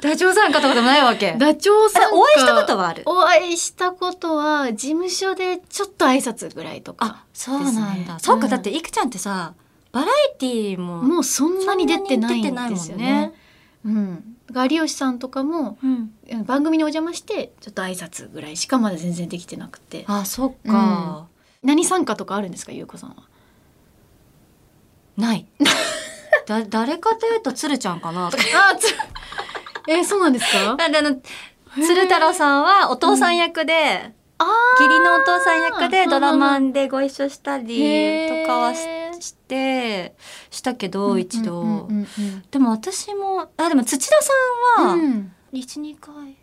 S1: ダチョウ参加とかでもないわ け
S2: ダチョウさん
S1: え
S2: か
S1: お会いしたことはある
S2: お会いしたことは事務所でちょっと挨拶ぐらいとか
S1: あそうなん
S2: です
S1: だ、
S2: ね
S1: そう
S2: う
S1: か
S2: ん
S1: だっていくちゃんってさバラエティーも
S2: もうそん
S1: そん
S2: な
S1: な
S2: に
S1: に
S2: 出
S1: 出
S2: て
S1: て
S2: な
S1: ないい
S2: んですよね。うん、だから有吉さんとかも
S1: うん、
S2: うん番組にお邪魔してちょっと挨拶ぐらいしかまだ全然できてなくて
S1: あそっか、
S2: 何参加とかあるんですか優子さんは
S1: ないだ誰かというと鶴ちゃんか なとか
S2: あつえそうなんですか
S1: なんであの鶴太郎さんはお父さん役で、
S2: あ
S1: 義理のお父さん役
S2: あ
S1: で
S2: ー
S1: ドラマでご一緒したり
S2: へー
S1: とかはししてしたけど一度、
S2: うんうん
S1: でも私もあでも土田さん
S2: うんう
S1: は
S2: ん
S1: 12回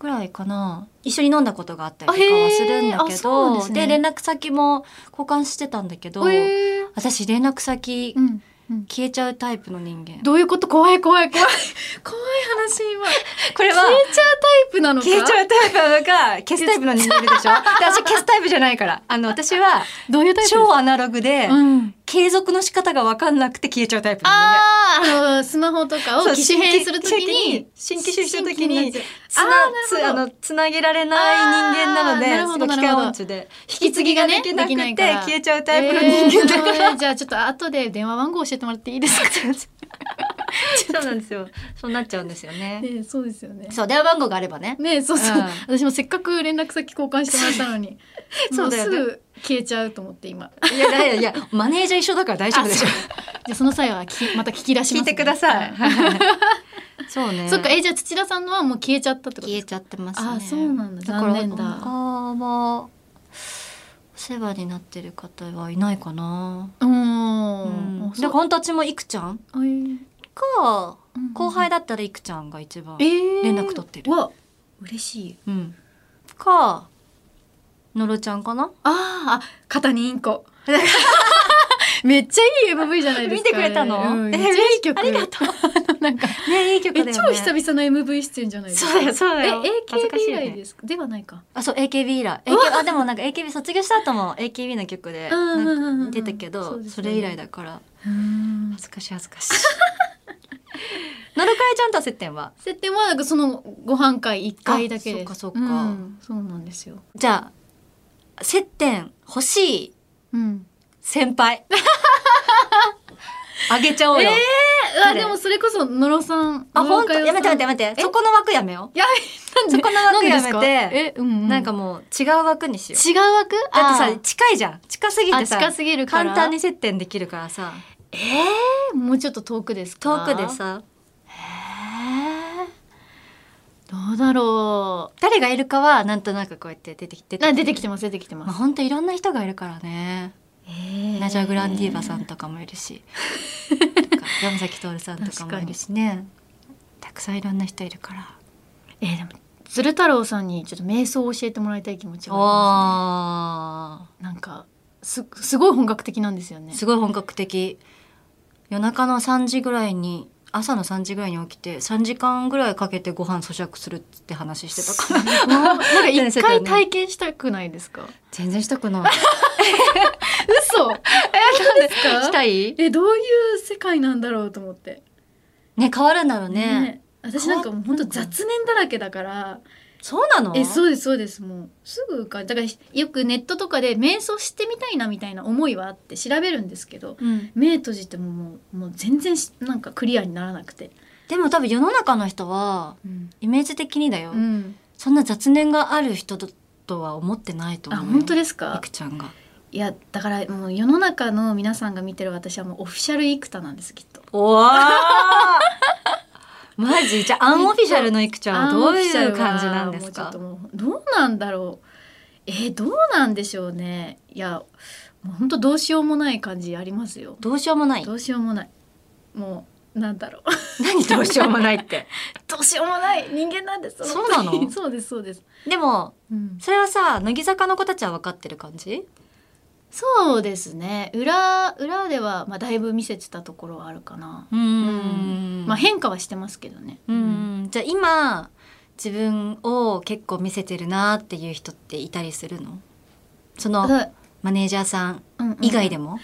S1: ぐらいかな一緒に飲んだことがあったり
S2: あ
S1: とかはするんだ
S2: へーあ
S1: け
S2: そうなんで
S1: ど
S2: す
S1: で,、
S2: ね
S1: 連絡先も交換してたんだけど、
S2: うんえー
S1: 私連絡先
S2: うんうん
S1: 消えちゃうタイプの人間。
S2: どういうこと怖い怖い怖い怖い話今
S1: これ
S2: 消えちゃうタイプなのか
S1: 消えちゃうタイプなのか消すタイプの人間でしょで私消すタイプじゃないからあの私は
S2: どういうタイプ
S1: 超アナログで、
S2: うん、
S1: 継続の仕方が分かんなくて消えちゃうタイプの人間
S2: あーあのスマホとかを
S1: そう
S2: 機種変するときに
S1: 新規新規新規する時に
S2: 新規なやつ
S1: つな
S2: あー
S1: つ
S2: な
S1: あのつな
S2: るほど
S1: げられない人間なの
S2: あー
S1: で
S2: なるほ
S1: そ
S2: ど
S1: の機械音痴で引き継ぎができなくて
S2: 引き継ぎがねできないから
S1: 消えちゃうタイプの人間だから、
S2: えーじゃあちょっと後で電話番号教えてもらっていい ですか
S1: そうなんですよそうなっちゃうんですよね
S2: ねそうですよね
S1: そう電話番号があればね
S2: ねそうそう、
S1: うん
S2: 私もせっかく連絡先交換してもらったのに
S1: そうだよね
S2: もすぐ消えちゃうと思って今
S1: いやいやいやマネージャー一緒だから大丈夫でしょ
S2: じゃあその際は聞きまた聞き出し
S1: 聞
S2: ます、ね、
S1: いてください、
S2: は
S1: はい そうね
S2: そっかえーじゃあ土田さんのはもう消えちゃったってこと
S1: 消
S2: で
S1: え
S2: すか
S1: ちゃってますね
S2: あそうなんだ
S1: だから
S2: 残念だ
S1: 他はお世話になってる方はいないかな
S2: う
S1: うんんだから本当たちもいくちゃんか後輩だったらいくちゃんが一番、
S2: 連
S1: 連絡取ってる
S2: わ嬉しい
S1: うんかのろちゃんかな
S2: あーあ肩にインコ めっちゃいい MV じゃないですか
S1: 見てくれたの
S2: あれうん
S1: え
S2: めっちゃいい曲
S1: ありがと
S2: う なんか
S1: うねいい曲だ
S2: え
S1: よね
S2: 超久々の MV 出演じゃないですか
S1: そうだよそうだよ
S2: え
S1: 恥ず
S2: AKB
S1: かし
S2: 以
S1: いよね
S2: 来ですかではないか
S1: あそう AKB 以来 AKB あでもなんか AKB 卒業した後も AKB の曲で
S2: うんうんうんうん
S1: なんか出たけ
S2: そう
S1: ど
S2: ですね
S1: それ以来だから
S2: うん
S1: 恥ずかしい恥ずかしい のろかえちゃんとは接点は
S2: 設定はなんかそのご飯会一回だけです
S1: あそっかそっか
S2: うんそうなんですよ
S1: じゃあ接点欲しい
S2: うん
S1: 先 輩あげちゃおうよ、
S2: えあ
S1: 誰
S2: でもそれこそ野呂さん
S1: あ
S2: 野呂
S1: 本
S2: 佳
S1: 当
S2: 代さん
S1: やめてやめてやめてそこの枠やめよ
S2: やめ
S1: そこの枠やめて
S2: なんでですかえ、うんう
S1: う、なんかもう違う枠にしよう
S2: 違う枠
S1: だって
S2: あ
S1: さ
S2: ー
S1: 近いじゃん近すぎ
S2: あ
S1: てさ
S2: 近すぎるから
S1: 簡単に接点できるからさ
S2: えー、もうちょっと遠くです
S1: 遠
S2: か
S1: くでさ
S2: えーどうだろ
S1: 誰がいるかはなんとなくこうやって出てきて
S2: う。あ出てきてます出てきて
S1: まあ、
S2: ます。
S1: ほんといろんな人がいるからね、ナジャ・グランディーバさんとかもいる しとか山崎徹さんとかもいるしねたくさんいろんな人いるから
S2: えー、でも鶴太郎さんにちょっと瞑想を教えてもらいたい気持ちがありま
S1: あ
S2: す、ね。なんかすすごい本格的なんですよね
S1: ー。すごい本格的夜中の3時ぐらいに朝の3時ぐらいに起きて3時間ぐらいかけてご飯咀嚼するって話してたから
S2: す ごいなんか一
S1: そうだよ
S2: 回
S1: ね
S2: 体験したくないですか。
S1: 全然したくない
S2: 嘘。 えなんですか。
S1: したい
S2: えどういう世界なんだろうと思って。
S1: ね変わるんだろうね
S2: 私なんかもう本当雑念だらけだから。
S1: そうなの
S2: えそうですそうですもうすぐ浮かんだからよくネットとかで瞑想してみたいなみたいな思いはあって調べるんですけど
S1: うん
S2: 目閉じてももうもう全然しなんかクリアにならなくて、
S1: でも多分世の中の人は
S2: うん
S1: イメージ的にだよ、そんな雑念がある人とは思ってないと
S2: あ
S1: 思うよ
S2: 本当ですか
S1: いくちゃんが
S2: いやだからもう世の中の皆さんが見てる私はもうオフィシャル幾田なんですきっと。
S1: おわ マジじゃあアンオフィシャルのいくちゃんはどういう感じなんですか
S2: あーもうちょっともうどうなんだろうえーどうなんでしょうねいやもう本当どうしようもない感じありますよ
S1: どうしようも ない
S2: どうしようもないもうなんだろう
S1: 何どうしようもないって
S2: どうしようもない人間なんです
S1: そうなの
S2: 本当に そうですそうです、
S1: でも
S2: うん、
S1: それはさ乃木坂の子たちは分かってる感じ
S2: そうですね裏裏では、まあ、だいぶ見せてたところはあるかな、
S1: うーん
S2: まあ変化はしてますけどね、
S1: う、んじゃあ今自分を結構見せてるなっていう人っていたりするのそ
S2: た
S1: の
S2: だ
S1: マネージャーさん
S2: うんうん
S1: 以外でも、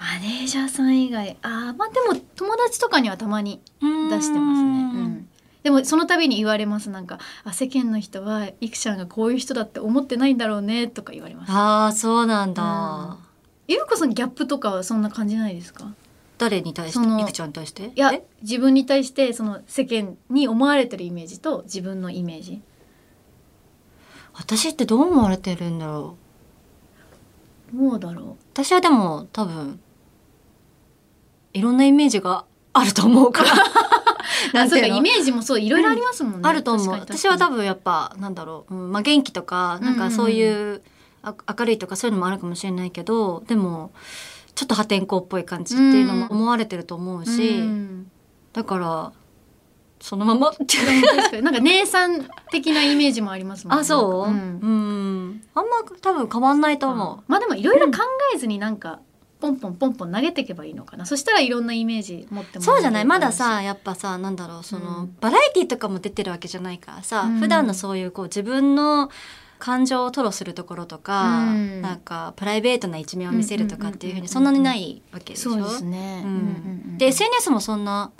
S2: マネージャーさん以外あーまあでも友達とかにはたまに出してますね、うんでもその度に言われますなんかあ世間の人はいくちゃんがこういう人だって思ってないんだろうねとか言われます
S1: ああそうなんだ、
S2: うんゆうこさんギャップとかはそんな感じないですか
S1: 誰に対し
S2: その
S1: ていくちゃんに対して
S2: いや
S1: え
S2: 自分に対してその世間に思われてるイメージと自分のイメージ
S1: 私ってどう思われてるんだろう
S2: どうだろ
S1: 私はでも多分いろんなイメージがあると思うから
S2: う
S1: な
S2: あ
S1: ん
S2: そ
S1: て
S2: う
S1: い
S2: か
S1: うの
S2: イメージもそういろいろありますもんね、
S1: あると思う
S2: 確かに
S1: 私は多
S2: 確
S1: 分やっぱなんだろう、うんまあ、元気とかなん
S2: うんうんう
S1: か
S2: ん
S1: そういう、あ明るいとかそういうのもあるかもしれないけどでもちょっと破天荒っぽい感じっていうのも思われてると思う
S2: かに
S1: し、
S2: うん
S1: だからそのまま
S2: 確かになんか姉さん的なイメージもありますもんね
S1: あそう、う
S2: なん
S1: ん、
S2: か
S1: あんま多分変わんないと
S2: うん
S1: 思う。
S2: まあでもいろいろ考えずになんかポンポンポンポン投げていけばいいのかなそしたらいろんなイメージ持ってもらえる
S1: そうじゃないまださやっぱさなんだろうその、
S2: うん
S1: バラエティとかも出てるわけじゃないからさ、
S2: うん
S1: 普段のそういうこう自分の感情を吐露するところとか、
S2: うん
S1: なんかプライベートな一面を見せるとかっていうふう
S2: うんうんうんうん
S1: にそんなにないわけでしょ。
S2: そうですね、
S1: う
S2: うん
S1: ん
S2: うんうん
S1: で SNS もそんな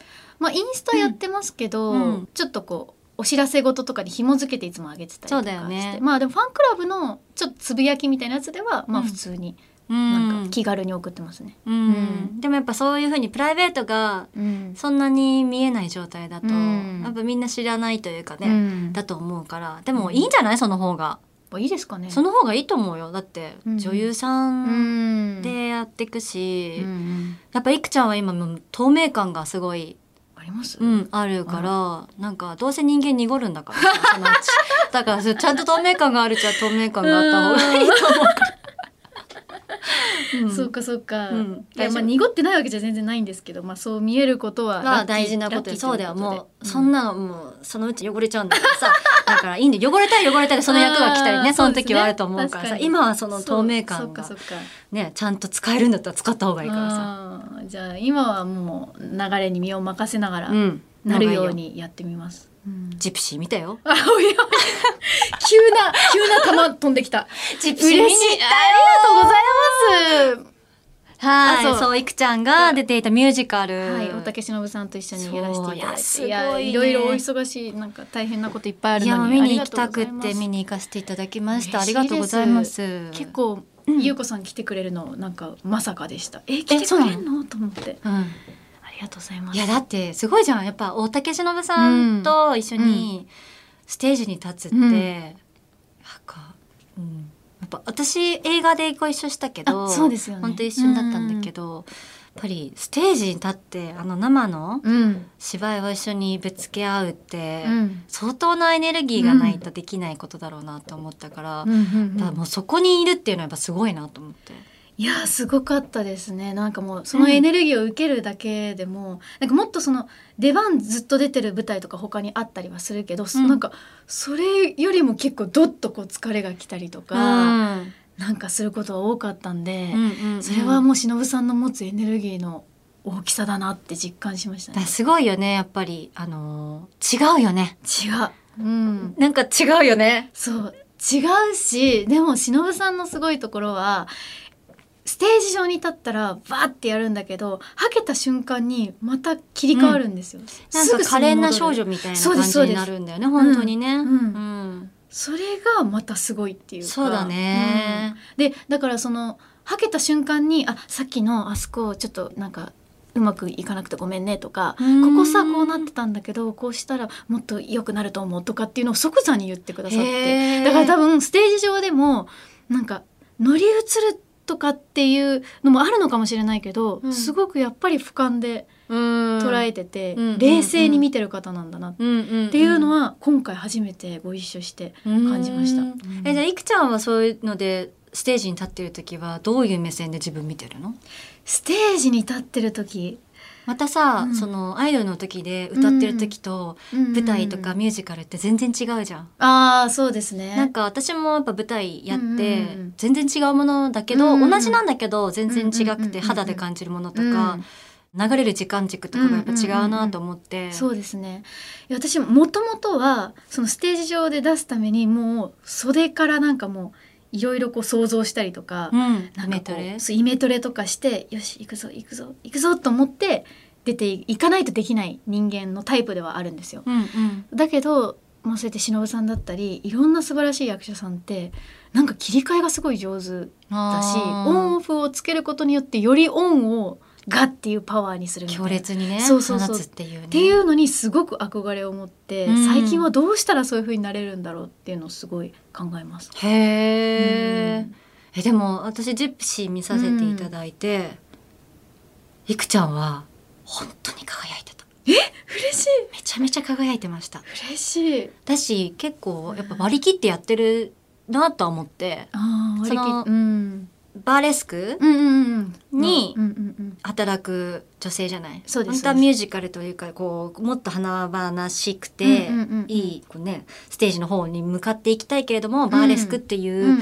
S2: まあインスタやってますけど、
S1: うん
S2: ちょっとこうお知らせ事とかに紐付けていつも上げてたりとかして
S1: そうだよね
S2: まあでもファンクラブのちょっとつぶやきみたいなやつでは、まあ
S1: うん
S2: 普通に
S1: うん
S2: なんか気軽に送ってますね。
S1: うん
S2: うん
S1: でもやっぱそういうふうにプライベートが
S2: うん
S1: そんなに見えない状態だと、
S2: うん
S1: やっぱみんな知らないというか
S2: う
S1: ね、
S2: ん
S1: だと思うからでもいいんじゃないその方が、
S2: まあいいですかね。
S1: その方がいいと思うよだって
S2: うん
S1: 女優さ
S2: うんん
S1: でやっていくし、
S2: うんうん
S1: やっぱいくちゃんは今もう透明感がすごい、
S2: あります。
S1: うん、あるから、なんかどうせ人間濁るんだからそのうちだからそうちゃんと透明感があるじゃ透明感があった方がいいと思うから。
S2: そうかそうか。
S1: うん
S2: いやまあ
S1: 大丈夫
S2: 濁ってないわけじゃ全然ないんですけど、まあそう見えることは
S1: まあ
S2: ラッキー
S1: 大事なこと
S2: ラッ
S1: で
S2: キー
S1: そうだよもうそん
S2: な
S1: なのもうそのうち汚れちゃうんだからさだからいいんで汚れたい汚れたいその役が来たり
S2: あー
S1: ねその時はあ
S2: そうですね
S1: ると思うから
S2: 確か
S1: さ
S2: に
S1: 今はその透明感が
S2: そうかそうか。
S1: ねちゃんと使えるんだったら使った方がいいからさ。
S2: あーじゃあ今はもう流れに身を任せながら
S1: うん
S2: なるようにやってみます。うん
S1: ジプシー見た よ。
S2: あおや急な急な球飛んでき た。
S1: ジ
S2: 嬉しいありがとうございます。
S1: はい、
S2: あ
S1: そ
S2: そう
S1: ういくちゃんが出ていたミュージカル。
S2: はい、大竹しのぶさんと一緒にやらせていただいて、
S1: そういやすごいね
S2: いろいろお忙しいなんか大変なこといっぱいある
S1: いや
S2: の
S1: もう
S2: に
S1: 見に行きたくっ
S2: ありがとうご
S1: て
S2: ざいます
S1: 見に行かせていただきました。あ
S2: 嬉しい
S1: り
S2: です
S1: がとうございます。
S2: 結、構、
S1: うん
S2: ゆうこさん来てくれるのなんかまさかでした。え来てくれんのと思って。
S1: うん、
S2: ありがとうございます。
S1: いやだってすごいじゃん。やっぱ大竹しのぶさんと一緒にステージに立つって、
S2: うん
S1: なんか、うん、やっぱ私映画でご一緒したけど、
S2: あそうですよね
S1: 本当一瞬だったんだけど、ぱりステージに立ってあの生の
S2: うん
S1: 芝居を一緒にぶつけ合うって、
S2: うん
S1: 相当なエネルギーがないとできないことだろうなと思ったから、
S2: うんうん
S1: だからもうそこにいるっていうのはやっぱすごいなと思って。
S2: いやーすごかったですねなんかもうそのエネルギーを受けるだけでも、なんかもっとその出番ずっと出てる舞台とか他にあったりはするけど、そ
S1: うん
S2: なんかそれよりも結構どっとこう疲れが来たりとか、
S1: うん
S2: なんかすることが多かったんで、
S1: うんうん
S2: それはもう忍さんの持つエネルギーの大きさだなって実感しました
S1: だから
S2: ね。
S1: すごいよねやっぱりあのー違うよね
S2: 違う、うん、
S1: なんか違うよね
S2: そう違うしでも忍さんのすごいところはステージ上に立ったらバーってやるんだけどはけた瞬間にまた切り替わるんですよ。
S1: なん
S2: すぐ
S1: か
S2: そ
S1: 可
S2: の
S1: 憐な少
S2: 戻る
S1: 女みたいな
S2: そうで
S1: 感
S2: す
S1: じになるんだよね本当にね、
S2: ん
S1: うん
S2: それがまたすごいっていうか
S1: そうだね、
S2: うんでだからそのはけた瞬間にあさっきのあそこちょっとなんかうまくいかなくてごめんねとかこ
S1: うん
S2: こさこうなってたんだけどこうしたらもっと良くなると思うとかっていうのを即座に言ってくださって
S1: へー
S2: だから多分ステージ上でもなんか乗り移るとかっていうのもあるのかもしれないけど、
S1: うん
S2: すごくやっぱり俯瞰で
S1: うん
S2: 捉えてて、
S1: うんうん
S2: 冷静に見てる方なんだなっ
S1: うんうんん
S2: ていうのは今回初めてご一緒して感じました。
S1: うん
S2: うん
S1: えじゃあいくちゃんはそういうのでステージに立ってる時はどういう目線で自分見てるの
S2: ステージに立ってる時、
S1: またさ、
S2: うん
S1: そのアイドルの時で歌ってる時と舞台とかミュージカルって全然違うじゃん、
S2: ああそうです
S1: な
S2: ね
S1: ん。か私もやっぱ舞台やっ
S2: うんうん
S1: て
S2: うん
S1: 全然違うものだけど、
S2: うんうん
S1: 同じなんだけど全然違
S2: うんう
S1: く
S2: んうん
S1: て
S2: うん
S1: 肌で感じるものとか、流れる時間軸とかがやっぱ違うなと思って、
S2: うんそうですね。いや私もともとはそのステージ上で出すためにもう袖からなんかもういろいろこう想像したりとか、
S1: うん
S2: な
S1: イ
S2: んか
S1: メ
S2: こう
S1: トレ
S2: そうイメトレとかしてよし行くぞ行くぞ行くぞと思って出ていかないとできない人間のタイプではあるんですよ。
S1: うんうん
S2: だけどもうそうやって忍さんだったりいろんな素晴らしい役者さんってなんか切り替えがすごい上手だし
S1: あー
S2: オンオフをつけることによってよりオンをガッっていうパワーにするみたいな
S1: 強烈にね
S2: そうそうそう
S1: 放つっていうね
S2: っていうのにすごく憧れを持って、
S1: うん
S2: 最近はどうしたらそういう風になれるんだろうっていうのをすごい考えます。
S1: へえ、
S2: うん
S1: えでも私ジプシー見させていただいて、いくちゃんは本当に輝いてた
S2: 嬉しい
S1: めちゃめちゃ輝いてました
S2: 嬉しい
S1: だし結構やっぱ割り切ってやってるなとは思って
S2: ああ割り切っ
S1: その
S2: うん
S1: バーレスク
S2: うんうんうん、
S1: に
S2: うんうんうん、
S1: 働く女性じゃない
S2: そうです
S1: 本当はミュージカルというかこうもっと華々しくて、
S2: うんうんうんうん
S1: いいこう、ね、ステージの方に向かっていきたいけれども、バーレスクっていう
S2: うんうん
S1: う
S2: う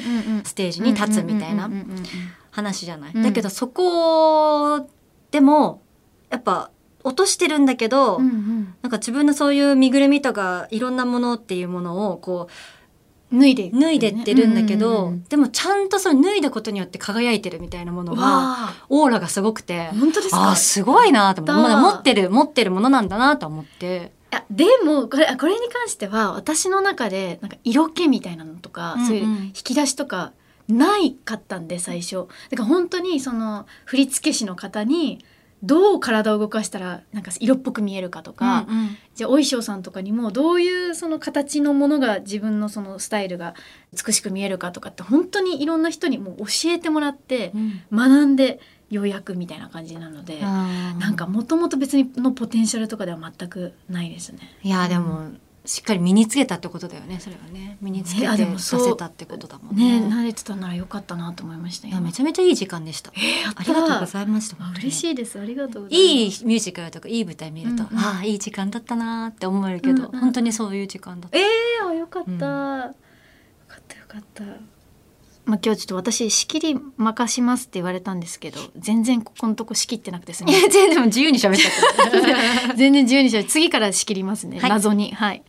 S2: ん
S1: ステージに立つみたいな
S2: うんうんうんうんうん
S1: 話じゃない、
S2: うん
S1: だけどそこでもやっぱ落としてるんだけど、
S2: うんうん
S1: なんか自分のそういう身ぐるみとかいろんなものっていうものをこ
S2: 脱いでいく
S1: う脱いでってるんだけど、
S2: うんうん
S1: でもちゃんとその脱いだことによって輝いてるみたいなも
S2: う
S1: の
S2: ん
S1: が
S2: わ
S1: オーラがすごくて
S2: あ。本当です
S1: あ
S2: か
S1: ーすごいなと思って、
S2: や
S1: ま
S2: った
S1: あ持ってる持ってるものなんだなと思って
S2: いやでもこれあこれに関しては私の中でなんか色気みたいなのとか、
S1: うんうん
S2: そういう引き出しとかないかったんで最初だから本当にその振付師の方にどう体を動かしたらなんか色っぽく見えるかとか、
S1: が、うん
S2: じゃあお衣装さんとかにもどういうその形のものが自分のそのスタイルが美しく見えるかとかって本当にいろんな人にもう教えてもらって学んでようやくみたいな感じなので、な
S1: なん
S2: かもともと別にのポテンシャルとかでは全くないですね。
S1: いやでもしっかり身につけたってことだよねそれはね身につけ
S2: ね
S1: て
S2: あでも
S1: 出
S2: そう
S1: せたってことだもん
S2: ね
S1: ね
S2: 慣れてたならよかったなと思いました
S1: いやめ
S2: 今
S1: ちゃめちゃいい時間でした、
S2: やった
S1: ありがとうございました
S2: あ嬉し
S1: い
S2: いですありがとうございます
S1: いいミュージカルとかいい舞台見ると、
S2: うんうん
S1: ああいい時間だったなーって思えるけど、
S2: うんうん
S1: 本当にそういう時間だった
S2: ええあよかった、
S1: うん
S2: よかったよかったまあ、今日ちょっと私仕切り任しますって言われたんですけど全然ここのとこ仕切ってなくてすみ
S1: い
S2: ません
S1: や全然自由に喋っちゃ った
S2: 全然自由にしよう次から仕切りますね、
S1: はい
S2: 謎にはい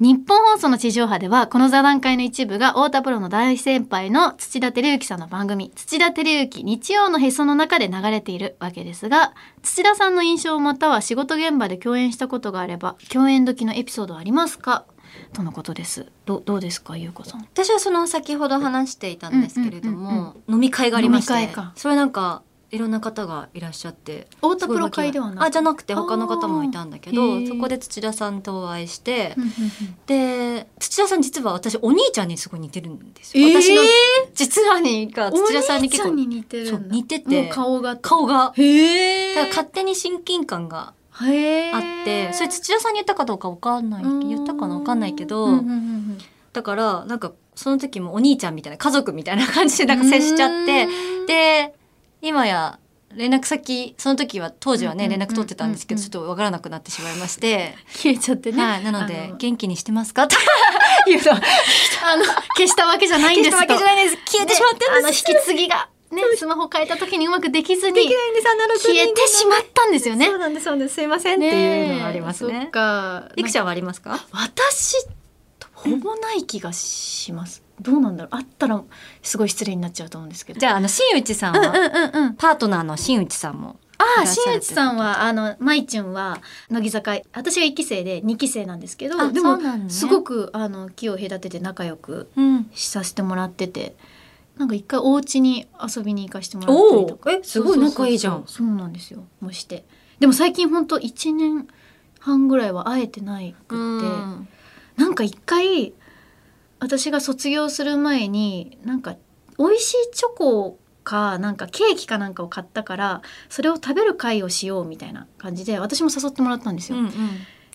S2: 日本放送の地上波ではこの座談会の一部が太田プロの大先輩の土田照之さんの番組「土田照之日曜のへその中」で流れているわけですが土田さんの印象または仕事現場で共演したことがあれば共演時のエピソードはありますかとのことですどうどうですか優子さん
S1: 私はその先ほど話していたんですけれども、飲み会がありまして
S2: 飲み会か
S1: それなんかいろんな方がいらっしゃって
S2: 太田プロ会ではな
S1: あ
S2: く
S1: じゃなくて他の方もいたんだけ
S2: あー
S1: ど
S2: へー
S1: そこで土田さんとお会いして、
S2: うんうん
S1: で土田さん実は私お兄ちゃんにすごい似てるんです
S2: うん
S1: よ、
S2: 私
S1: 私
S2: の
S1: の実兄が土田さんに結
S2: お
S1: 構
S2: 兄ちゃんに似てるんだ
S1: そう似てて
S2: もう顔が
S1: 顔がだ
S2: へえ
S1: から勝手に親近感が
S2: へー
S1: あってそれ土田さんに言ったかどうかわかんない
S2: うん
S1: 言ったかなわかんないけど、
S2: うんうんうんうん
S1: だからなんかその時もお兄ちゃんみたいな家族みたいな感じでなんか接しちゃって
S2: うん
S1: で今や連絡先その時は当時はね、
S2: うんうんうんう
S1: 連
S2: ん
S1: 絡取ってたんですけどちょっとわからなくなってしまいまして、
S2: 消えちゃってね、
S1: はい、なので
S2: あの
S1: 元気にしてますかと いうのは
S2: あの消したわけじゃないん
S1: 消
S2: で
S1: し
S2: す
S1: た
S2: と
S1: わけじゃないです消えてしまったんです、
S2: ねあの引き継ぎがねスマホ変えた時にうまくできず
S1: でき
S2: に
S1: ないんですあんなの
S2: 消えてしまったんですよね
S1: そうなんですそうなんですすいませんっ
S2: ね
S1: ていう
S2: え
S1: のがあります
S2: そっ
S1: ね
S2: か
S1: いくちゃんはありますか
S2: 私ほぼない気がします、どうなんだろうあったらすごい失礼になっちゃうと思うんですけど
S1: じゃああの新内さんは、
S2: うんうんうん
S1: パートナーの新内さんも
S2: あ
S1: いら
S2: あ
S1: っしゃ
S2: 新
S1: る
S2: 内さんはあのまいちゅんは乃木坂私が1期生で2期生なんですけど
S1: あ
S2: でも、
S1: そうなんね
S2: すごくあの木を隔てて仲良く
S1: うん
S2: させてもらっててなんか一回お家に遊びに行かしてもらったりと
S1: お
S2: か
S1: おえすごい仲いいじゃん
S2: そうそうそうそうなんですよもしてでも最近ほんと1年半ぐらいは会えてないくって
S1: うん
S2: なんか一回私が卒業する前になんか美味しいチョコかなんかケーキかなんかを買ったからそれを食べる会をしようみたいな感じで私も誘ってもらったんです
S1: う
S2: よ、
S1: んうん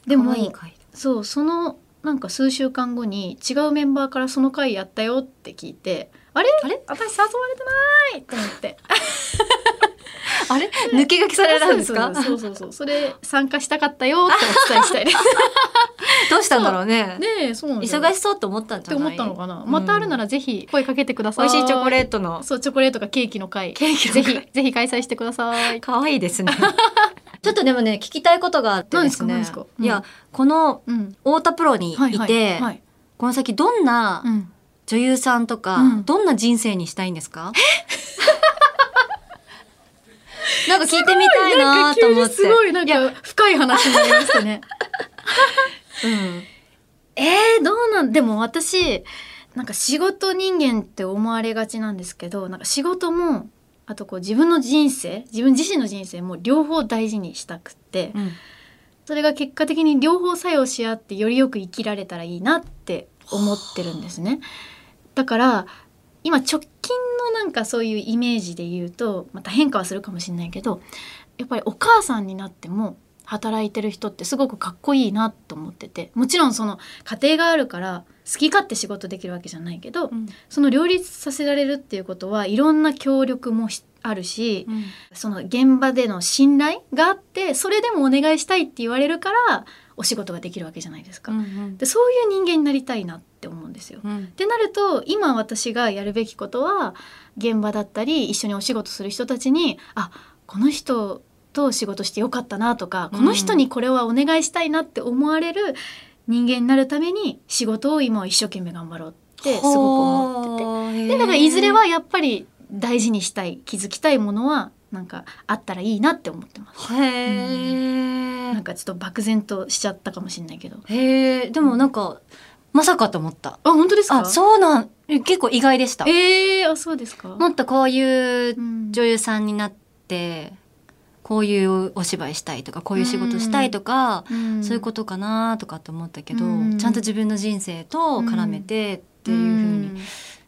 S2: でも
S1: 可愛い回
S2: そうそのなんか数週間後に違うメンバーからその会やったよって聞いてあれ
S1: あれ
S2: 私誘われてないと思 って
S1: あれ抜け書きされたんですか
S2: そうそうそうそうそれ参加したかったよってお伝えしたいです
S1: どうしたんだろうね
S2: ねえそうなんですよ
S1: 忙しそうって思ったん
S2: っ
S1: じ
S2: て
S1: ゃない
S2: 思ったのかな、
S1: うん
S2: またあるならぜひ声かけてくださ
S1: 美
S2: い
S1: 味しいチョコレートの
S2: そうチョコレートかケーキの会
S1: ケーキの
S2: ぜ
S1: 会
S2: ひぜひ開催してください
S1: 可愛い ですねちょっとでもね聞きたいことがあってですね
S2: 何ですか何ですかうん
S1: いやこの
S2: うん
S1: 太田プロにいて、
S2: はいはいはい
S1: この先どんな
S2: うん
S1: 女優さんとか、
S2: うん
S1: どんな人生にしたいんですかなんか聞いてみたいなと思って
S2: すごいなんか深い話になりましたね
S1: うん
S2: えー、どうなんでも私なんか仕事人間って思われがちなんですけどなんか仕事もあとこう自分の人生自分自身の人生も両方大事にしたくって、
S1: うん
S2: それが結果的に両方作用し合ってよりよく生きられたらいいなって思ってるんですね。だから今直近のなんかそういうイメージで言うとまた変化はするかもしれないけどやっぱりお母さんになっても働いてる人ってすごくかっこいいなと思っててもちろんその家庭があるから好き勝手仕事できるわけじゃないけどその両立させられるっていうことはいろんな協力もしあるし、
S1: うん
S2: その現場での信頼があってそれでもお願いしたいって言われるからお仕事ができるわけじゃないですか、
S1: うん
S2: でそういう人間になりたいなって思うんですよ。
S1: うん
S2: ってなると今私がやるべきことは現場だったり一緒にお仕事する人たちにあこの人と仕事してよかったなとか、
S1: うん
S2: この人にこれはお願いしたいなって思われる人間になるために仕事を今は一生懸命頑張ろうってすごく思ってて。
S1: ほー
S2: でだからいずれはやっぱり大事にしたい気づきたいものはなんかあったらいいなって思ってます。
S1: へ
S2: なん
S1: ー
S2: かちょっと漠然としちゃったかもしれないけど。
S1: へーでもなんかまさかと思った
S2: あ本当ですか。
S1: あそうなんえ結構意外でした
S2: ええあそうですか。
S1: もっとこういう
S2: うん
S1: 女優さんになってこういうお芝居したいとかこういう仕事したいとか、
S2: うん
S1: そういうことかなとかって思ったけど、
S2: うん
S1: ちゃんと自分の人生と絡めてっていうふうに、
S2: ん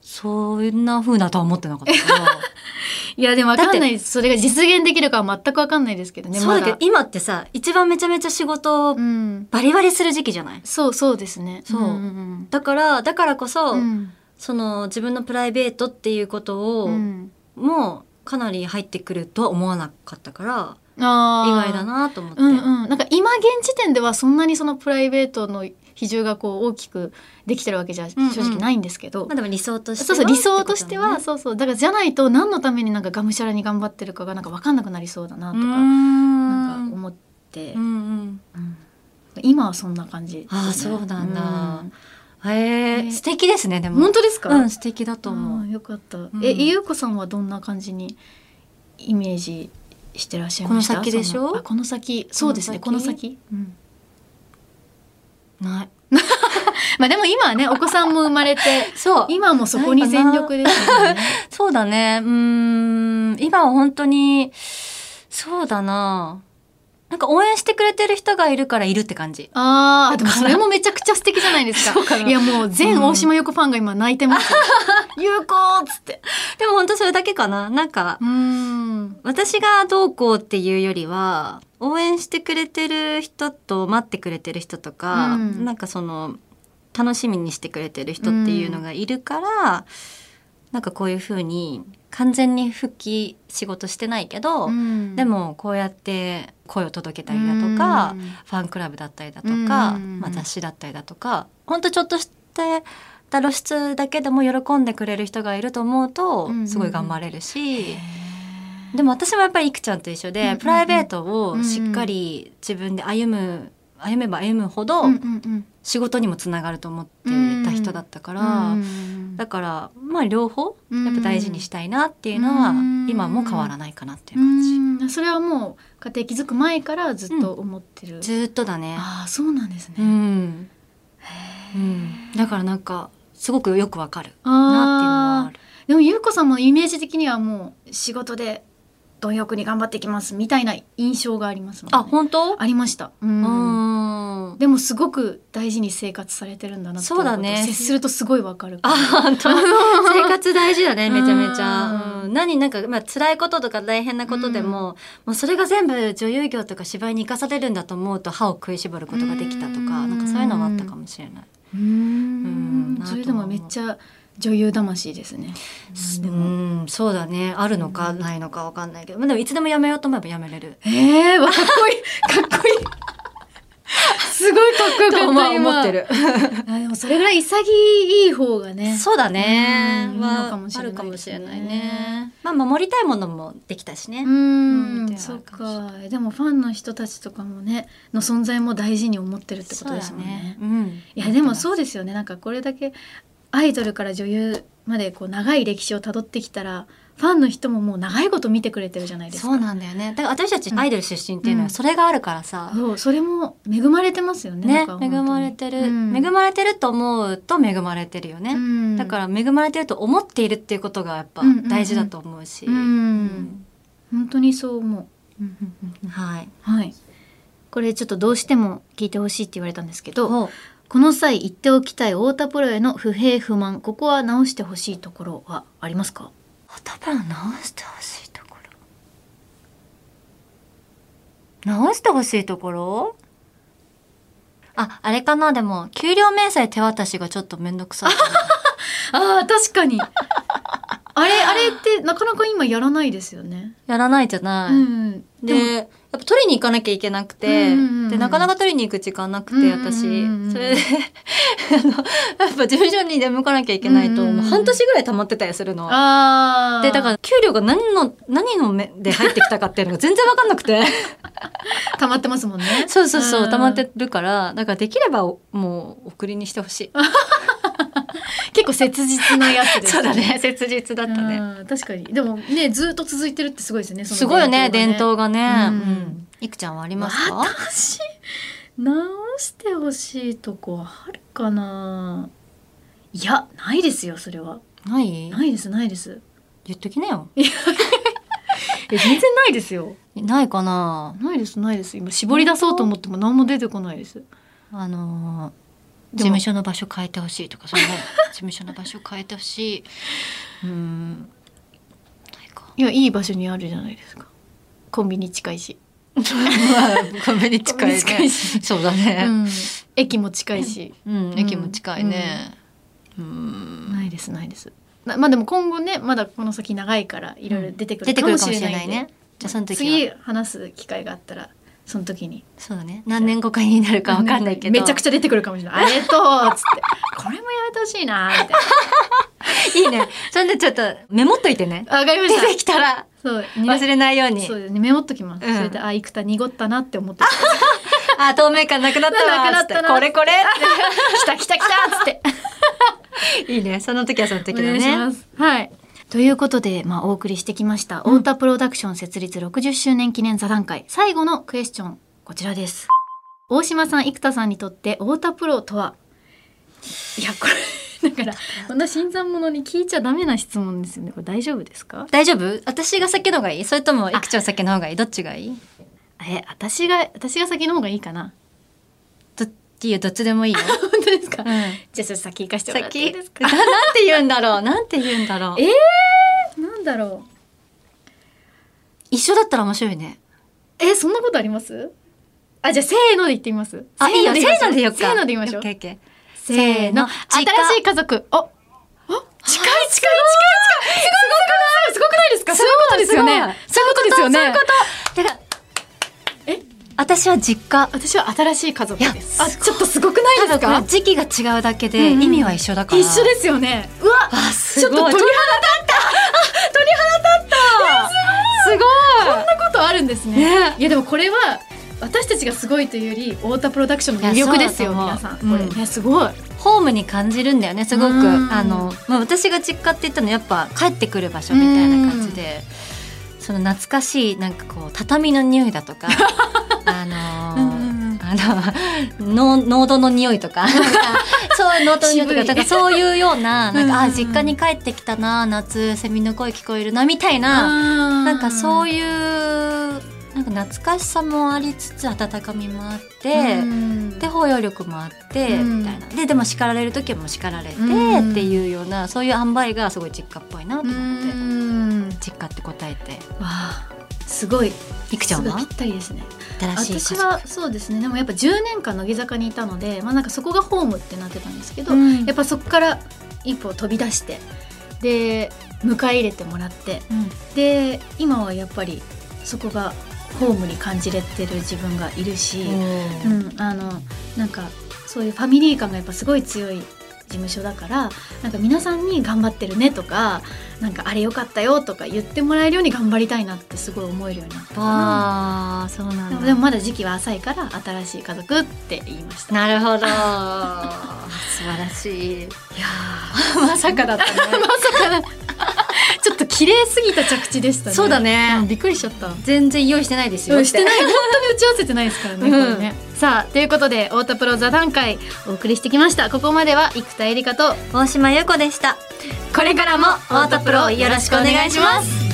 S1: そんなふうなとは思ってなか ったから
S2: いやでもわ
S1: だ
S2: か
S1: って
S2: んないですそれが実現できるかは全くわかんないですけどね。
S1: そうだけ
S2: ま
S1: ど今ってさ一番めちゃめちゃ仕事を
S2: うん。
S1: バリバリする時期じゃない
S2: そうそうですね。
S1: そうん
S2: ん
S1: だからだからこそ、
S2: うんうん
S1: その自分のプライベートっていうことを、
S2: うん
S1: もうかなり入ってくるとは思わなかったから
S2: あ
S1: 意
S2: ー
S1: 外だなと思って、
S2: うんうん、なんか今現時点ではそんなにそのプライベートの比重がこう大きくできてるわけじゃ
S1: んうん
S2: 正直ないんですけど、
S1: まあでも理想として
S2: そう
S1: は
S2: そう理想としては、
S1: って
S2: そうそうだからじゃないと何のためになんかがむしゃらに頑張ってるかがなんか分かんなくなりそうだ
S1: こ
S2: な
S1: と
S2: か、
S1: とだね
S2: なんか
S1: う
S2: 思って、
S1: ーんうん
S2: うん今はそんな感じですね、
S1: あーそうなんだ
S2: うん
S1: うんへ
S2: ね
S1: え素敵ですねでも
S2: 本当ですか、
S1: うん素敵だと思う
S2: あーよかった、
S1: ん
S2: えゆうこさんはどんな感じにイメージしてらっしゃいました
S1: この先でしょ
S2: そのあこの先そうですねこ
S1: こ
S2: の
S1: の
S2: 先
S1: 先
S2: うん
S1: ない。
S2: まあでも今はねお子さんも生まれて
S1: そう。
S2: 今もそこに全力ですよね。
S1: そうだね。うーん。うん、今は本当に、そうだな。なんか応援してくれてる人がいるからいるって感じ。
S2: あーでもそれもめちゃくちゃ素敵じゃないですか。
S1: うかない
S2: やもう全大島優子ファンが今泣いてます。優子っつって。
S1: でも本当それだけかな。なんか、
S2: うーん。
S1: 私がどうこうっていうよりは、応援してくれてる人と待ってくれてる人とか、
S2: うん
S1: なんかその、楽しみにしてくれてる人っていうのがいるから、なんかこういうふうに、完全に復帰仕事してないけど、
S2: うん
S1: でもこうやって声を届けたりだとか、
S2: うん
S1: ファンクラブだったりだとか、
S2: うん
S1: まあ、雑誌だったりだとかほんとちょっとした露出だけでも喜んでくれる人がいると思うと
S2: うん
S1: すごい頑張れるし、
S2: へー
S1: でも私もやっぱりいくちゃんと一緒
S2: うんうん
S1: で、
S2: うん
S1: プライベートをしっかり自分で歩む歩めば歩むほど
S2: うんうんうん
S1: 仕事にもつながると思ってた人だったから、
S2: うん
S1: だからまあ両方やっぱ大事にしたいなっていうのは
S2: うん
S1: 今も変わらないかなっていうう感じ。
S2: んそれはもう家庭気づく前からずっと思ってる。
S1: ずーっとだね
S2: ああそうなんですね。
S1: うん、うん、だからなんかすごくよくわかるな
S2: あ
S1: っ
S2: あ
S1: て
S2: でも優子さんもイメージ的にはもう仕事で貪欲に頑張っていきますみたいな印象がありますもん
S1: いうのはある。あ
S2: ね。
S1: 本当？
S2: ありました。
S1: う
S2: う。
S1: んん。
S2: でもすごく大事に生活されてるんだなっていこ
S1: そ
S2: と
S1: うだね
S2: 接するとすごいわかる。
S1: あ本 当。生活大事だねめちゃめちゃ。う
S2: う
S1: ん、何なんかまあ辛いこととか大変なことでも、もうそれが全部女優業とか芝居に生かされるんだと思うと歯を食いしばることができたとか、
S2: うん
S1: なんかそういうのはあったかもしれない。
S2: う
S1: うんん
S2: それでもめっちゃ女優魂ですね。
S1: う
S2: でも
S1: んそうだねあるのかないのかわかんないけど、まあでもいつでもやめようと思えばやめれ る。
S2: ええわかっこい いかっこいい。すごいかっこよか
S1: と
S2: った
S1: まあ
S2: 今
S1: 思って。る。
S2: あでもそれぐらい潔い方がね。
S1: そうだね。
S2: うん
S1: は
S2: のかもしれないですね
S1: あるかもしれないね。まあ守りたいものもできたしね。
S2: う、
S1: うんん
S2: そっか。でもファンの人たちとかもね、の存在も大事に思ってるってことですもんね。
S1: うん。
S2: いやでもそうですよね。なんかこれだけアイドルから女優までこう長い歴史をたどってきたら、ファンの人ももう長いこと見てくれてるじゃないですか。
S1: そうなんだよね。だから私たちアイドル出身っていうの
S2: うん
S1: はそれがあるからさ。
S2: そうそれも恵まれてますよね。
S1: ね、
S2: なんか
S1: 恵
S2: 本当に
S1: まれてる、
S2: うん
S1: 恵まれてると思うと恵まれてるよね、
S2: うん
S1: だから恵まれてると思っているっていうことがやっぱ
S2: うんうんうん
S1: 大事だと思うし、
S2: うん
S1: うん
S2: 本当にそう思う。
S1: はい
S2: はい。これちょっとどうしても聞いてほしいって言われたんですけど、
S1: お
S2: この際言っておきたい太田プロへの不平不満ここは直してほしいところはありますか
S1: 頭を直してほしいところ直してほしいところああれかなでも給料明細手渡しがちょっとめんどく さいかな
S2: あー確かにあれあれってなかなか今やらないですよね、
S1: やらないじゃない、
S2: うん
S1: でやっぱ取りに行かなきゃいけなくて、
S2: うんうんうん
S1: でなかなか取りに行く時間なくて
S2: うんうんうん
S1: 私、
S2: うん
S1: それで あのやっぱ事務所に出向かなきゃいけないと、
S2: うんうんうん
S1: もう半年ぐらい溜まってたりするの。
S2: あ
S1: でだからら給料が何の何の目で入ってきたかっていうのが全然分かんなくて
S2: 溜まってますもんね
S1: そうそうそう溜まっ
S2: ん
S1: てるからだからできればおもう送りにしてほしい
S2: 結構切実なやつです
S1: 切実だ
S2: だったね確かにでもねずっと続いてるってすごいですねその
S1: すごいよね伝統がね、
S2: う
S1: うんんいくちゃんはありますか
S2: 私直してほしいとこはあるかないやないですよそれは
S1: ない
S2: ないですないです
S1: 言っときなよ
S2: え全然ないですよ
S1: ないかな
S2: ないですないです今絞り出そうと思っても何も出てこないです
S1: あのー事
S2: でも
S1: 務所の場所変えてほしいとかそん な事務所の場所変えてほしい。うーん。ない か。
S2: いやいい場所にあるじゃないですかコンビニ近いし、
S1: まあコンビニ近い
S2: コンビニ近い
S1: ね。そうだね。
S2: 駅も近いし、
S1: うん、駅も近いね。うーん。
S2: ないですないですなまあでも今後ねまだこの先長いからいろいろ出てく
S1: 出
S2: る
S1: て
S2: か
S1: く
S2: も
S1: るか
S2: し
S1: も
S2: れ
S1: しれ
S2: な
S1: ないい
S2: んで
S1: ね。じゃあその時は。
S2: 次話す機会があったらその時に
S1: そうだね。何年後かになるかわかんないけど。
S2: めちゃく
S1: ち
S2: ちゃ出てくるかもしれ ないあれとつってこれもやめてほしいなみた
S1: ゃ
S2: い
S1: いいね。そんでちょっとメモっといてね。
S2: なわかりま
S1: 出
S2: した
S1: てきたら
S2: そう
S1: 忘れないように
S2: そ。うですねメモっときます、
S1: うん
S2: それであいくた濁ったなって思ってき
S1: あ、透明感なくなったわ。
S2: なくなったな
S1: つってこれこれ
S2: た来た来た来たっつって
S1: って。いいね。その時はその時だね。
S2: お願いします。はい。ということで、まあ、お送りしてきました、太田プロダクション設立60周年記念座談会、最後のクエスチョン、こちらです。大島さん、生田さんにとって、太田プロとは、いや、これ、 からこんな新参者に聞いちゃダメな質問ですよねこれ大丈夫ですか
S1: 大丈夫私が先の方がいいそれともいくちゃん先の方がいいどっちがいい
S2: え私が私が先の方がいいかな
S1: どいいよどっちでもいい よ、
S2: 本当ですか、
S1: うん、
S2: じゃあちょっと先行かせてもらっていい
S1: 先
S2: ですか
S1: ななんて言うんだろうなんて言うんだろう
S2: えなんだろう
S1: 一緒だったら面白いね
S2: えそんなことありますあじゃあせーので言ってみます
S1: あいいよせーのでよっか
S2: せーので言いましょう
S1: オッケーオッケー
S2: せーの
S1: せーの
S2: 新しい家
S1: 近い
S2: 族お近い近い近い近いすごいすごくないすごくないですかそういうことですよねそういうことですよね
S1: そういうことだから
S2: え
S1: 私は実家
S2: 私は新しい家族です
S1: いや
S2: あちょっとすごくないです
S1: 多
S2: か
S1: 分時期が違うだけ
S2: う
S1: で
S2: んうん
S1: 意味は一緒だから、
S2: 一緒ですよねうわ
S1: わ
S2: ち
S1: す
S2: ょっと
S1: ごい
S2: 鳥肌立
S1: すご
S2: こんなことあるんですね
S1: ね
S2: いやでもこれは私たちがすごいというより太田プロダクションの魅力ですよ
S1: いやそう
S2: 皆
S1: だと
S2: さん
S1: 思う
S2: これ
S1: うん
S2: ねすごい
S1: ホームに感じるんだよねすごく
S2: うん
S1: あの、まあ、私が実家って言ったのはやっぱ帰ってくる場所みたいな感じでその懐かしいなんかこう畳の匂いだ とかあのーあのの濃度の匂いと かなんかそう濃度の匂いと
S2: 渋
S1: か
S2: い
S1: なんかそういうようななんか
S2: うん
S1: あ実家に帰ってきたな夏セミの声聞こえるなみたいなな
S2: な
S1: んかそう
S2: い
S1: いうなんか懐かしさもありつつ温かみもあって。で包容力もあって、
S2: うん
S1: みたいなででも叱られる時も叱られて、
S2: うん
S1: っていうようなそういう塩梅がすごい実家っぽいなと思って、
S2: んわ
S1: 実家って答えて
S2: あすごい
S1: いくちゃん
S2: す
S1: は
S2: ごいぴったりですね
S1: 新しい
S2: 私
S1: 家族
S2: はそうですねでもやっぱ10年間乃木坂にいたので、まあ、なんかそこがホームってなってたんですけど、
S1: うん
S2: やっぱそこから一歩飛び出してで迎え入れてもらって
S1: うん
S2: で今はやっぱりそこがホームに感じれてる自分がいるし、う
S1: うん
S2: ん、あのなんかそういうファミリー感がやっぱすごい強い事務所だからなんか皆さんに頑張ってるねとかなんかあれよかったよとか言ってもらえるように頑張りたいなってすごい思えるようになったかな
S1: わあそうなん
S2: で
S1: だ
S2: もでもまだ時期は浅いから新しい家族って言いました。
S1: なるほど 素晴らしい
S2: いや
S1: まさかだったね
S2: まさかだちょっと綺麗すぎた着地でしたね。
S1: そうだ
S2: う
S1: ね
S2: ん。びっくりしちゃった。
S1: 全然用意してないですよ
S2: うんして ない本当に打ち合わせてないですからね。
S1: うん
S2: これねさあということで太田プロ座談会お送りしてきました。ここまでは生田絵梨花と
S1: 大島優子でした
S2: これからも
S1: オートプロよろしくお願いします